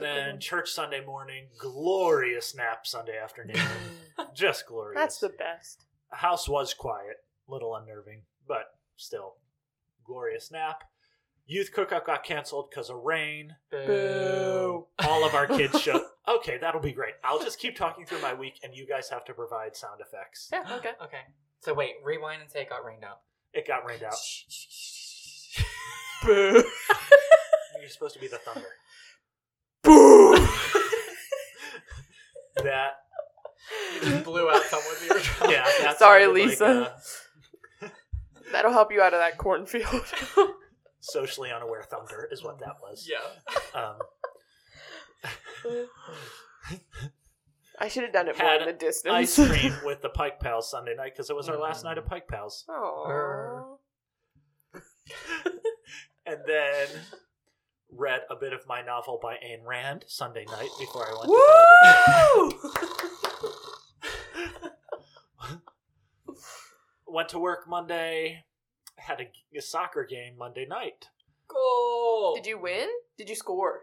And a good then one. church Sunday morning. Glorious nap Sunday afternoon. (laughs) Just glorious. That's the best. house was quiet, little unnerving, but still glorious nap. Youth cookout got canceled because of rain. Boo. All of our kids (laughs) showed. Okay, that'll be great. I'll just keep talking through my week, and you guys have to provide sound effects. Yeah, okay. okay. So wait, rewind and say it got rained out. It got rained out. Boo. You're supposed to be the thunder. (laughs) Boo. That You just (laughs) blew out someone you were trying. (laughs) (laughs) yeah. That Sorry, sounded like uh, Lisa. That'll help you out of that cornfield. (laughs) a socially unaware thunder is what that was. Yeah. Um, I should have done it more Had in the ice distance. cream with the Pike Pals Sunday night because it was our last night of Mm. Pike Pals. (laughs) Aw. and then read a bit of my novel by Ayn Rand Sunday night before I went (laughs) to bed. went to work Monday, had a, a soccer game Monday night. Goal. Did you win? Did you score?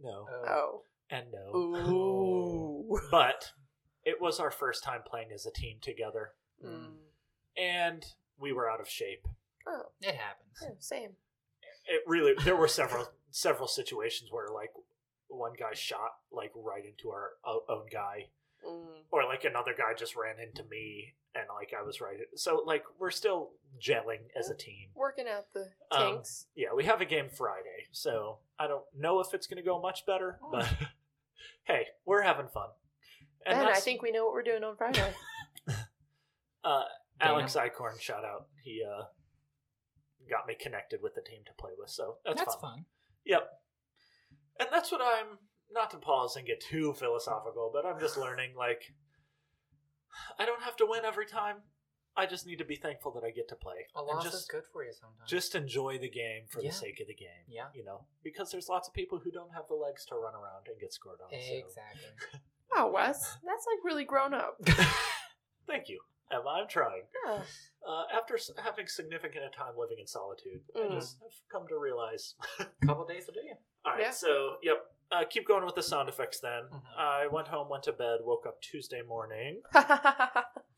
No, Oh. Oh. and no. Ooh. But it was our first time playing as a team together, Mm. and we were out of shape. Oh, It happens. yeah, same. it really there were several several situations where like one guy shot like right into our o- own guy Mm. or like another guy just ran into me and like i was right so like we're still gelling as a team Working out the Um, kinks. yeah we have a game friday so i don't know if it's going to go much better Oh. but (laughs) hey we're having fun ben, I that's- think we know what we're doing on Friday. uh, Damn. alex icorn shout out he uh got me connected with the team to play with so that's, That's fun. fun. Yep. And that's what I'm not to pause and get too philosophical, but I'm just (sighs) learning like I don't have to win every time. I just need to be thankful that I get to play. A and loss just is good for you sometimes. just enjoy the game for Uh, Yeah. the sake of the game. Yeah. You know, because there's lots of people who don't have the legs to run around and get scored on. so- exactly. (laughs) (laughs) wow, Wes, that's like really grown up. Thank you. Emma, I'm trying. Yeah. Uh, after s- having significant time living in solitude, Mm. Hmm. I just have come to realize (laughs) couple days will do you. All right, Yeah. so yep. Uh, keep going with the sound effects then. Mhm. I went home, went to bed, woke up Tuesday morning. (laughs)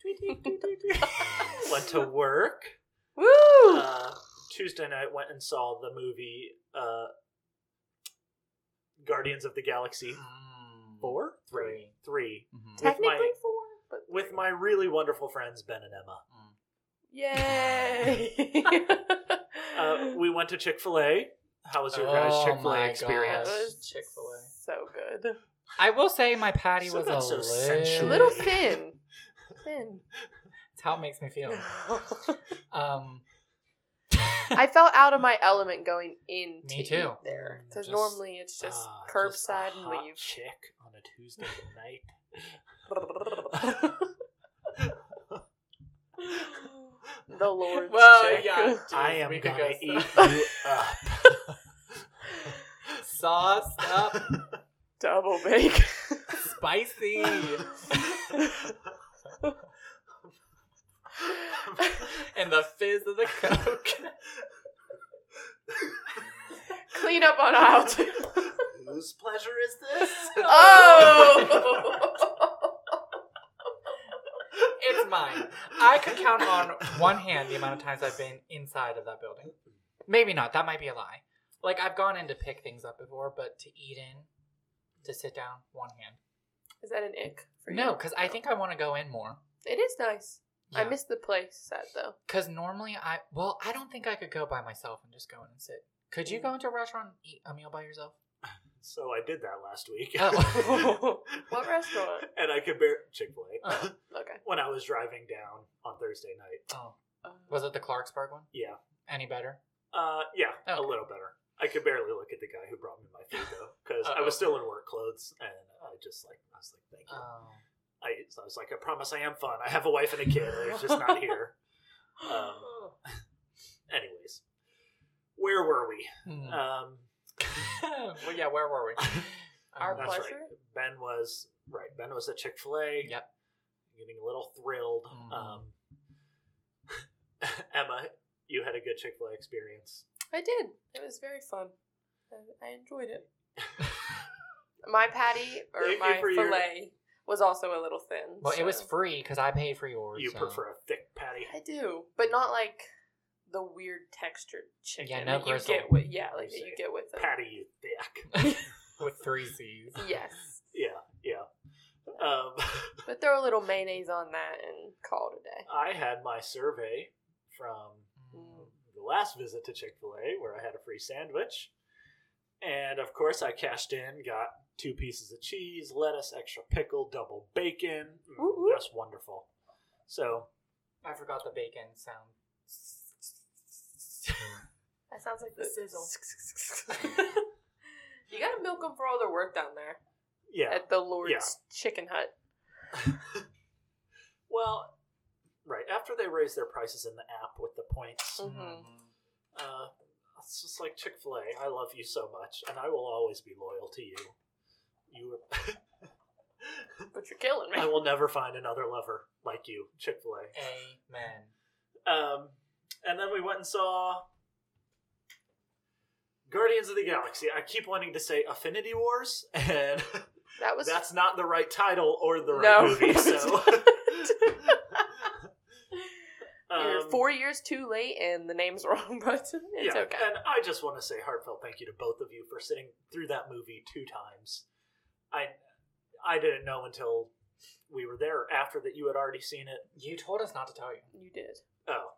Tweet, went (laughs) to work. (laughs) Woo! Uh, Tuesday night went and saw the movie uh, Guardians of the Galaxy Mm, four, Three. three Mhm. Technically my- four, but with my really wonderful friends Ben and Emma. Mm. (laughs) yay. (laughs) Uh, we went to Chick Fil A. How was your Oh guys' Chick Fil my gosh. A That experience? was Chick-fil-A. So good. I will say my patty So was a that's so little. sensual. A Good. little thin. Thin. That's how it makes me feel. Um, I felt out of my element going in. Me too. There, because Just- normally it's just Ah, just a curbside and hot leave. Chick on a Tuesday night. (laughs) the Lord's (laughs) Well, chick. yeah, (laughs) I Jeez, am we could gonna go eat so- you up. (laughs) sauced up, double bake. (laughs) spicy. and the fizz of the coke. (laughs) (laughs) Clean up on (laughs) aisle two. Whose pleasure is this? Oh, It's mine. I could count on one hand the amount of times I've been inside of that building. Maybe not. That might be a lie. Like I've gone in to pick things up before, but to eat in, to sit down, one hand. (laughs) is that an ick? For you? No, because I think I want to go in more. it is nice. I Yeah. miss the place set though. Because normally I, well, I don't think I could go by myself and just go in and sit. Could you go into a restaurant and eat a meal by yourself? So I did that last week. (laughs) (laughs) Oh. What restaurant? And I could bear Chick Fil A Oh. Okay. when I was driving down on Thursday night. Oh, was it the Clarksburg one? Yeah, Any better? uh, yeah, a Okay. little better. I could barely look at the guy who brought me my food though, because I was still in work clothes, and I just like I was like, thank you. Oh, I, I was like, I promise I am fun. I have a wife and a kid. They're just (laughs) not here. Oh. Um, anyways, where were we? Hmm. Um, (laughs) well, yeah. Where (laughs) were we? Our Um, that's right. pleasure? Ben was right. Ben was at Chick Fil A. Yep. Getting a little thrilled. Mhm. Um, (laughs) Emma, you had a good Chick Fil A (laughs) experience. I did. It was very fun. I, I enjoyed it. my patty or Thank you my for fillet your- was also a little thin. Well, it was so- free because I paid for yours. You so- (laughs) prefer (laughs) a thick patty. I do, but not like the weird textured chicken Yeah, no that you gristle. get with yeah, like that You say you get with a, Patty, you thick. with three C's. yes. Yeah, yeah. Um, (laughs) But throw a little mayonnaise on that and call it a day. I had my survey from Mm. the last visit to Chick fil A where I had a free sandwich. And of course, I cashed in, got two pieces of cheese, lettuce, extra pickle, double bacon. Mm, Woo woo. Just wonderful. So, I forgot the bacon (laughs) sound. That sounds like The Uh, sizzle. (laughs) you gotta milk them for all their work down there yeah. at the Lord's Chicken Hut. Well, right. After they raised their prices in the app with the Mm-hmm. points, Mhm. uh, it's just like Chick fil A. I love you so much, and I will always be loyal to you. You But you're killing (laughs) I me. will never find another lover like you, Chick fil A. Amen. Um, and then we went and saw Guardians of the Galaxy. I keep wanting to say Affinity Wars, and (laughs) That (laughs) was that's not the right title or the right No, movie. it's So, (laughs) you're Um, four years too late and the name's (laughs) wrong, but it's yeah, okay. And I just want to say heartfelt thank you to both of you for sitting through that movie two times. I I didn't know until we were there after that you had already seen it. You told us not to tell you. You did. Oh,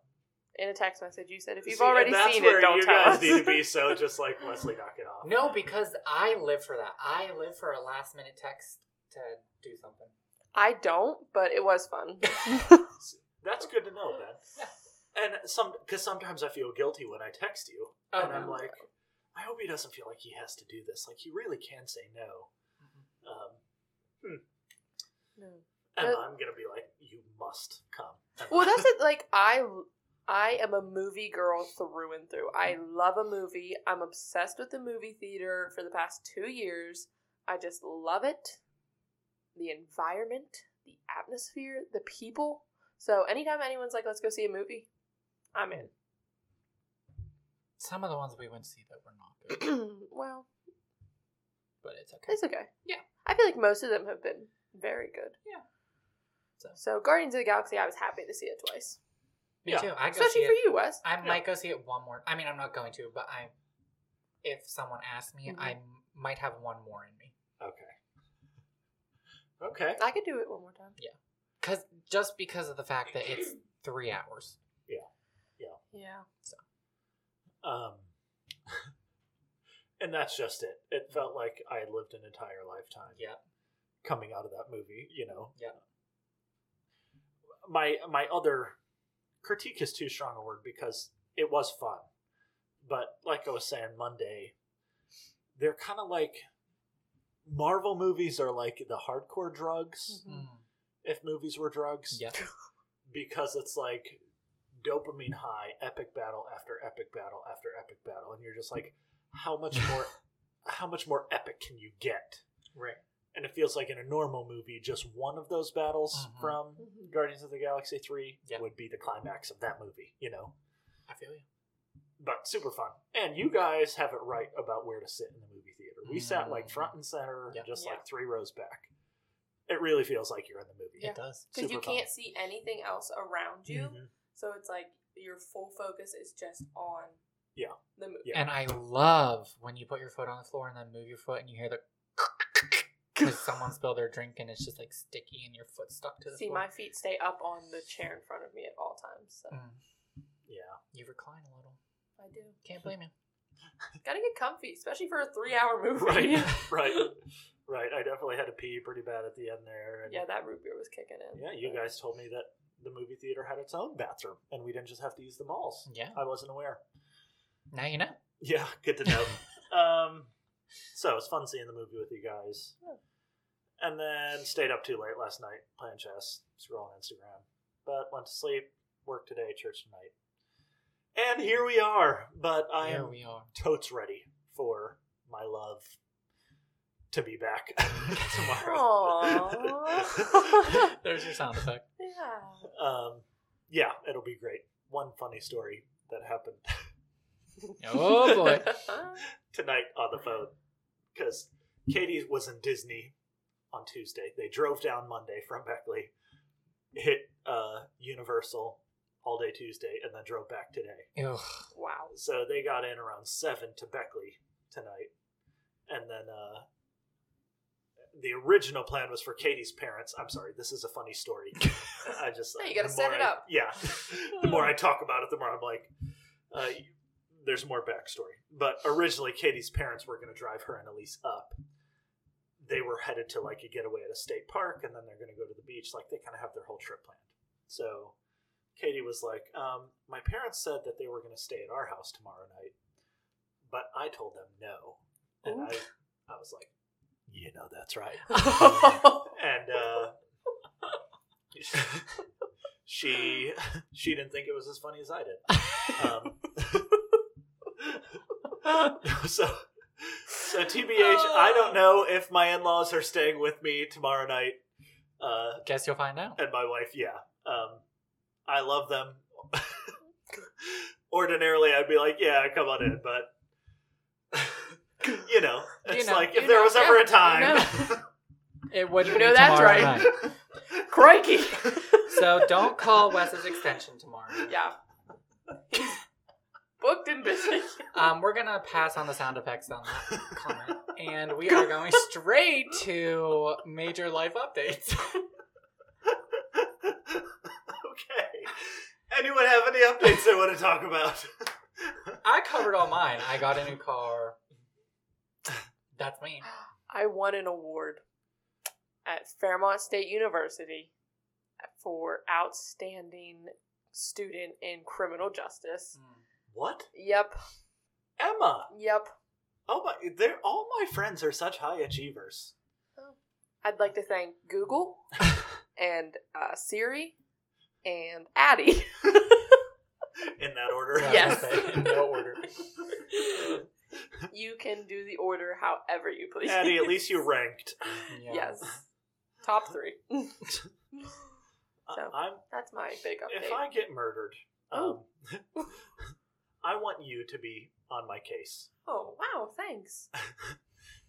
In a text message, you said if you've See, and already that's seen where it, don't you tell guys us. need to be so just like Leslie, knock it off. No, because I live for that. I live for a last minute text to do something. (laughs) I don't, but it was fun. That's good to know, (laughs) Ben. And some because sometimes I feel guilty when I text you, Oh, and I'm no. like, I hope he doesn't feel like he has to do this. Like he really can say no. Mm-hmm. Um, and But- I'm gonna be like, you must come. And (laughs) Well, that's it. Like I, I am a movie girl through and through. I love a movie. I'm obsessed with the movie theater for the past two years. I just love it, the environment, the atmosphere, the people. So anytime anyone's like, "Let's go see a movie," I'm Some of the ones we went to see that were not good, (clears throat) in. (clears throat) well, but it's okay. it's okay. Yeah. I feel like most of them have been very good. Yeah. So So Guardians of the Galaxy, I was happy to see it twice. me Yeah. too. I go see Especially it. for you, Wes. I Yeah. might go see it one more. I mean, I'm not going to, but I, if someone asks me, Mhm. I m- might have one more in me. Okay. Okay. I could do it one more time. Cause just because of the fact that (clears throat) it's three hours. Yeah. Um, (laughs) and that's just it. It felt like I lived an entire lifetime Yeah. coming out of that movie. You know. Yeah. My my other critique is too strong a word because it was fun, but like I was saying Monday, they're kind of like Marvel movies are like the hardcore drugs. Mhm. Mm-hmm. If movies were drugs, Mm. Yep. because it's like dopamine high, epic battle after epic battle after epic battle, and you're just like, how (laughs) much more, how much more epic can you get? Right. And it feels like in a normal movie, just one of those battles Mhm. from Mhm. Guardians of the Galaxy Three Yeah. would be the climax of that movie, you know. I feel you. But super fun, and you guys have it right about where to sit in the movie theater. We sat like Mhm. front and center, Yeah. just Yeah. like three rows back. It really feels like you're in the movie. Yeah. It does. Because you Super fun. can't see anything else around you, Mm-hmm. Mhm. so it's like your full focus is just on Yeah. the movie. Yeah. And I love when you put your foot on the floor and then move your foot and you hear the (laughs) because someone spilled their drink and it's just like sticky and your foot stuck to the See, floor. my feet stay up on the chair in front of me at all times. So Mm. Yeah, You recline a little. I do. Can't blame you. Gotta get comfy, especially for a (laughs) three-hour movie. (laughs) right, right, right. I definitely had to pee pretty bad at the end there. And yeah, that root beer was kicking in. Yeah, you (laughs) guys told me that the movie theater had its own bathroom, and we didn't just have to use the malls. Yeah. I wasn't aware. Now you know. Yeah, good to know. (laughs) um, so it's fun seeing the movie with you guys, Yeah. and then stayed up too late last night playing chess, scrolling Instagram, but went to sleep. Work today, church tonight, and here we are. But I Here am we are. totes ready for my love to be back (laughs) tomorrow. (laughs) Aw. There's your sound effect. Yeah. (laughs) um, yeah, it'll be great. One funny story that happened (laughs) Oh boy. (laughs) tonight on the phone because Katie was in Disney on Tuesday. They drove down Monday from Beckley, hit uh, Universal all day Tuesday, and then drove back today. Ew. (laughs) wow. So they got in around seven to Beckley tonight, and then uh, the original plan was for Katie's parents. I'm sorry, this is a funny (laughs) story. I just No, you gotta the set more it I- up. (laughs) Yeah, the more I talk about it, the more I'm like, uh, there's more backstory. But originally, Katie's parents were gonna drive her and Elise up. They were headed to like a getaway at a state park, and then they're gonna go to the beach. Like they kind of have their whole trip planned. So Katie was like, um, My parents said that they were going to stay at our house tomorrow night, but I told them no. And I, I was like, You know, that's right. and uh, she she didn't think it was as funny as I did. Um, (laughs) so. So TBH, I don't know if my in-laws are staying with me tomorrow night. Uh, Guess you'll find out. and my wife, yeah. Um, I love them. (laughs) Ordinarily, I'd be like, yeah, come on in, but (laughs) you know, You it's know, like if you there know, was ever yeah, a time. (laughs) It would You be know that's tomorrow right. night. Crikey. So don't call Wes's extension tomorrow. (laughs) yeah. Booked and busy. Um, we're gonna pass on the sound effects on that comment, and we are going straight to major life updates. (laughs) (laughs) okay. Anyone have any updates they want to talk about? (laughs) I covered all mine. I got a new car. That's me. I won an award at Fairmont State University for outstanding student in criminal justice. Mm, what? Yep. Emma. Yep. Oh my! They're all my friends are such high achievers. I'd like to thank Google and uh, Siri and Addie. In that order. Yeah, I Yes. was gonna say, in no (laughs) order. you can do the order however you please. Addie, at least you ranked. Yeah. (laughs) Yes. Top three. I- So. I'm That's my big update. If I get murdered, um, Oh. (laughs) I want you to be on my case. Oh wow, thanks.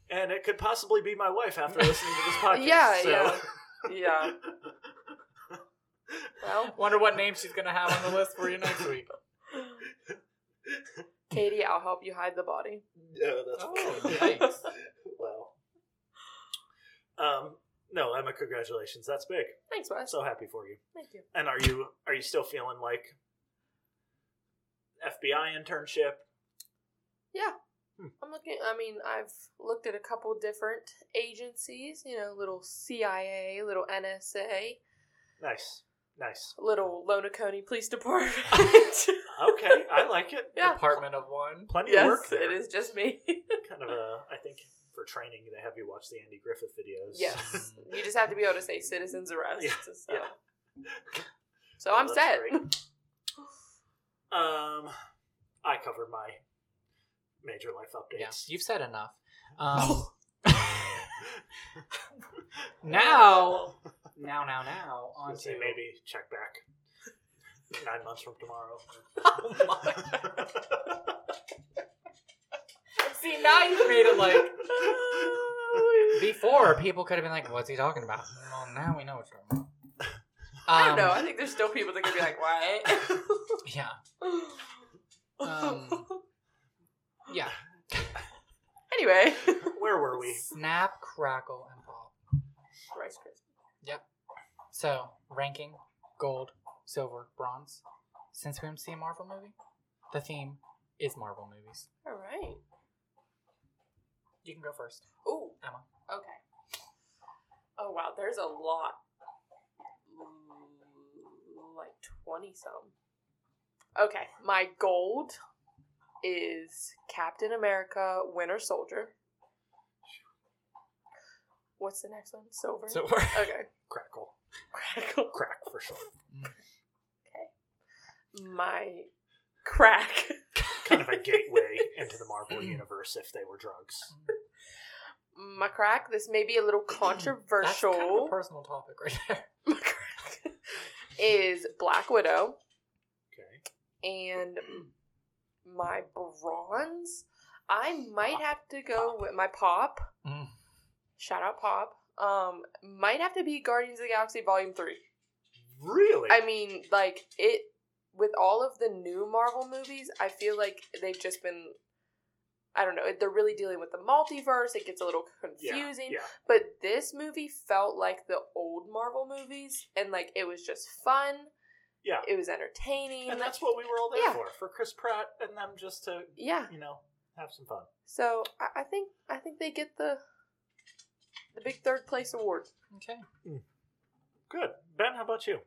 And (laughs) (laughs) it could possibly be my wife after listening to this podcast. Yeah, so. yeah. Yeah. Well, Wonder what name she's gonna have on the list for you (laughs) next week. Katie, I'll help you hide the body. No, that's (laughs) Oh, okay. yikes. wow. Um, no, Emma, congratulations. That's big. Thanks, I'm Wes. so happy for you. Thank you. And are you are you still feeling like FBI internship? I'm looking. I mean, I've looked at a couple different agencies. You know, little CIA, little NSA, Nice, nice. little Lonacone Police (laughs) Department. Okay, (laughs) I like it. yeah. Department of One. Plenty of Yes, work. There. it is just (laughs) me. kind of a. I think for training they have you watch the Andy Griffith videos. (laughs) yes, you just have to be able to say citizens arrest. Yeah, so. yeah. (laughs) Oh, So I'm That's set. great. Um, I covered my major life Yeah, updates. (laughs) you've said (laughs) enough. Um, now, now, now, now, on I'd to say maybe check back nine months from (laughs) tomorrow. Oh (laughs) See, now you've made it (laughs) like before. People could have been like, "What's he talking about?" Well, now we know what you're talking about. (laughs) I don't know. Um, I think there's still people that could be like, (laughs) "What?" Yeah, Um, yeah. (laughs) anyway, Where were we? Snap, crackle, and pop. Rice Krispies. So, ranking gold, silver, bronze. Since we haven't seen a Marvel movie, the theme is Marvel movies. All right. You can go first, Ooh. Emma. Okay. Oh wow, there's a lot. Mm, Like twenty some. Okay, my gold is Captain America Winter Soldier. What's the next one? Silver. Silver. Okay. Crackle. Crackle. Crack for sure. My crack. Kind of a gateway into the Marvel (clears throat) universe if they were drugs. My crack. This may be a little (laughs) (clears throat) That's kind of (laughs) controversial. a personal topic right there. My crack is Black Widow. Okay. (clears throat) and my bronze. I might have to go with my pop. Mm. Shout out pop. Um, might have to be Guardians of the Galaxy Volume Three. Really? I mean, like it with all of the new Marvel movies. I feel like they've just been. I don't know. They're really dealing with the multiverse. It gets a little yeah, confusing. Yeah. But this movie felt like the old Marvel movies, and like it was just fun. Yeah. It was entertaining. And that's what we were all there Yeah. for, for Chris Pratt and them just to, yeah. you know, have some fun. So I, I think I think they get the the big third place award. Okay. Good. Ben, how about you?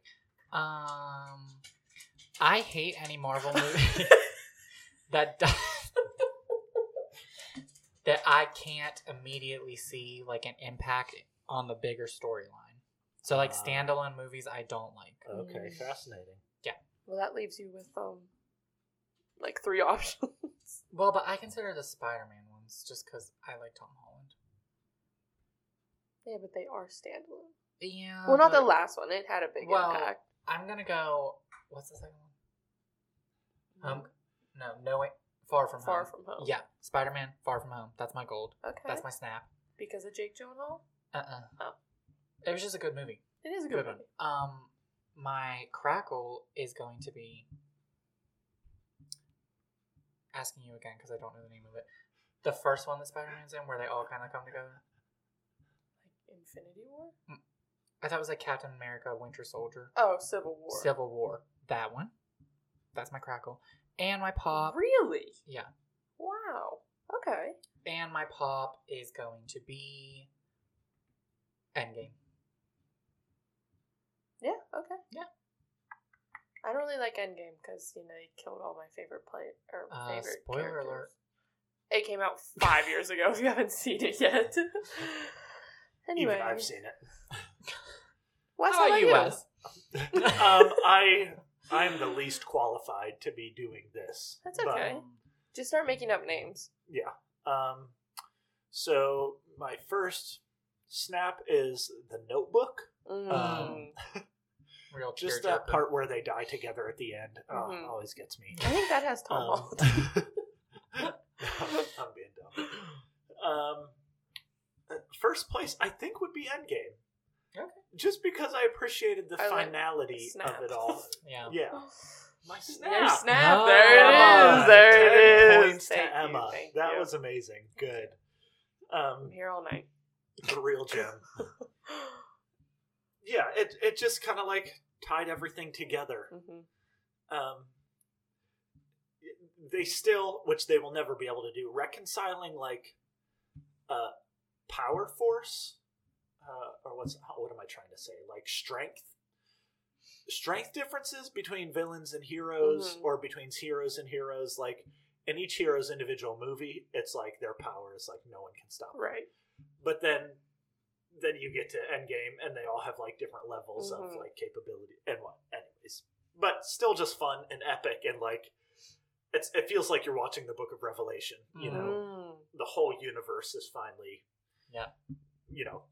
Um, I hate any Marvel movie that does, (laughs) that I can't immediately see like an impact on the bigger storyline. So like Ah. standalone movies, I don't like. Okay, Mm. fascinating. Well, that leaves you with um like three (laughs) options. Well, but I consider the Spider-Man ones just because I like Tom Holland. yeah, but they are standalone. Yeah. well, not the Uh, but last one. It had a big Well, impact. I'm gonna go. What's the second one? Um, no, no way. Far from Far home. from home. Yeah, Spider-Man, Far from Home. That's my gold. Okay. That's my snap. because of Jake Gyllenhaal. Uh uh Oh. It was just a good movie. It is a good, one. Um, my crackle is going to be asking you again because I don't know the name of it. The first one that Spider Man's in, where they all kind of come together. Like Infinity War. I thought it was like Captain America, Winter Soldier, Oh, Civil War. Civil War. That one. That's my crackle. And my pop. Really? Yeah. Wow. Okay. And my pop is going to be Endgame. Yeah. Okay. Yeah. I don't really like Endgame because you know they killed all my favorite play or Uh, favorite. spoiler characters. alert. It came out five years ago. (laughs) If you haven't seen it yet, (laughs) anyway, Even I've seen it. Wes, how about you? Wes? (laughs) um, I I'm the least qualified to be doing this. That's but, okay. Just start making up names. yeah. Um, so my first snap is the Notebook. Mm. Um, Real Just tearjerker. that part where they die together at the end oh, Mhm. always gets (laughs) me. I think that has Tom Um, Holland. (laughs) (laughs) I'm being uh, dumb. Um, first place I think would be Endgame. Okay. Just because I appreciated the I like finality snap. of it (laughs) all. Yeah. Yeah. My Your snap. Oh. snap. No. There it Emma, is. There 10 it Points is. to Thank you, Emma. thank that you. was amazing. Good. I'm Um, here all night. (gasps) a real gem. yeah, it it just kind of like tied everything together. Mhm. Um, they still, which they will never be able to do, reconciling like uh, power force, uh, or what's how- what am I trying to say? Like strength, strength differences between villains and heroes, Mhm. or between heroes and heroes. Like in each hero's individual movie, it's like their power is like no one can stop. them. Right. But then, then you get to Endgame, and they all have like different levels of Mhm. like capability and what. Anyways, but still just fun and epic, and like it's it feels like you're watching the Book of Revelation. You know, Mm. the whole universe is finally, Yeah. you know,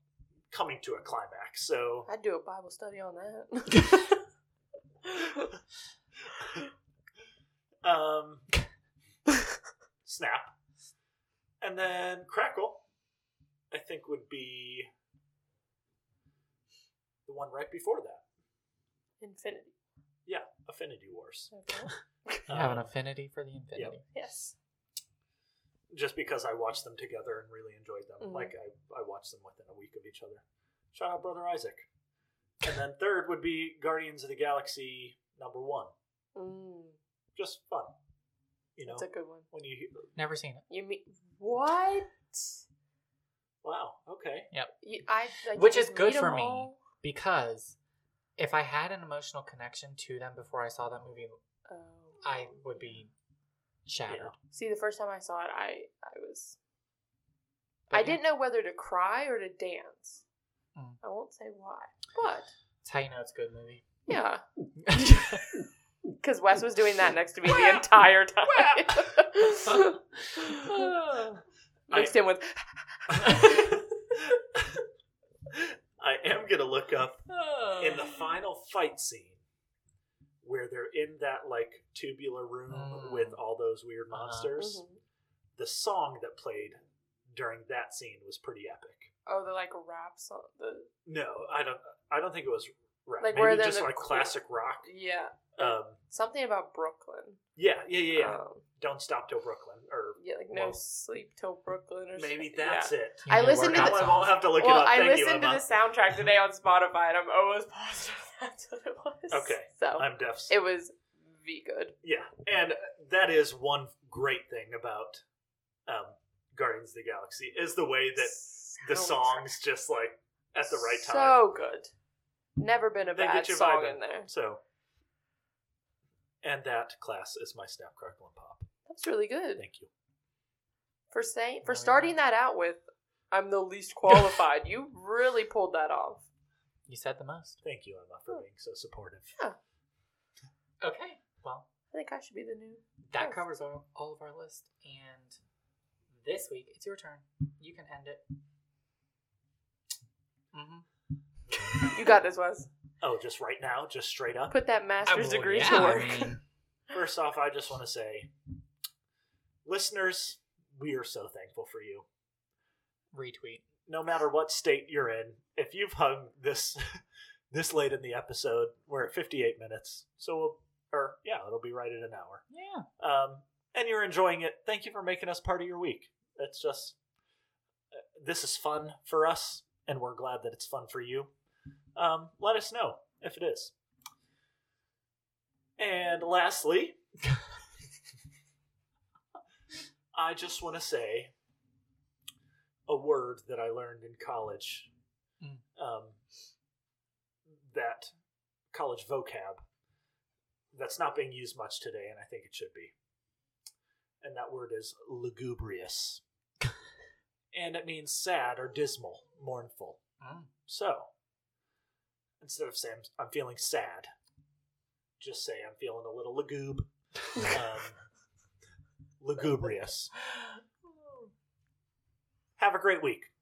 coming to a climax. (laughs) So I'd do a Bible study on that. (laughs) (laughs) um, snap, and then crackle. I think would be the one right before that. Infinity. Yeah, Affinity Wars. (laughs) Okay. You have an Um, affinity for the infinity. Yes. just because I watched them together and really enjoyed them. Mhm. Like I, I watched them within a week of each other. Shout out brother Isaac. And then third would be Guardians of the Galaxy number one. Mm. Just fun, you know. That's a good one. when you Never seen it. You mean what? wow, (laughs) okay, You, I, like, Which you is good read for 'em me. all? Because if I had an emotional connection to them before I saw that movie, Oh. I would be shattered. Yeah. See, the first time I saw it, I I was But I yeah, didn't know whether to cry or to dance. Mm. I won't say why, but That's how you know it's a good movie. (laughs) (laughs) yeah, because Wes was doing that next to me the (laughs) entire time, (laughs) mixed in with (laughs) I am gonna look up in the final fight scene where they're in that like tubular room Mm. with all those weird Uh-huh. monsters. Mhm. The song that played during that scene was pretty epic. oh the like raps on the No, I don't. I don't think it was rap. Like, Maybe where they're just the like cool- classic rock. yeah Um, something about Brooklyn yeah, yeah, yeah. yeah. Um, don't stop till Brooklyn, or yeah like no Well, sleep till Brooklyn or maybe something. that's Yeah. it. You I need listened to workout That the- one songs. I'll have to look well, it up. I Thank you, listened to Emma. the soundtrack today on Spotify, and I'm almost (laughs) positive that's what it was. Okay, so I'm deaf. it was v good. Yeah, and that is one great thing about um, Guardians of the Galaxy is the way that the songs just like at the right time. So good. Never been a They get bad you song vibing. in there. So, and that class is my snap crackle and pop. That's really good Thank Oh, you. for saying for Really starting that out with. I'm the least qualified. you really pulled that off. You said the most. Thank you, Emma, for being so supportive. Okay. Well, I think I should be the new. that Yes. covers all, all of our list. And this week, it's your turn. You can end it. hmm You got this, Wes. Oh, just right now, just straight up. Put that master's Well, degree yeah, to I work. mean, First off, I just want to say, listeners, we are so thankful for you. (laughs) retweet. no matter what state you're in, if you've hung this (laughs) this late in the episode, we're at 58 minutes. So we'll, or yeah, it'll be right at an hour. Yeah. Um, and you're enjoying it. Thank you for making us part of your week. It's just uh, this is fun for us, and we're glad that it's fun for you. Um, let us know if it is. And lastly, (laughs) I just want to say a word that I learned in college Mm. um, that college vocab that's not being used much today, and I think it should be. And that word is lugubrious. and it means sad or dismal, mournful. (gasps) Mm. So, instead of saying I'm feeling sad, just say I'm feeling a little lugub. Um, lugubrious. Have a great week.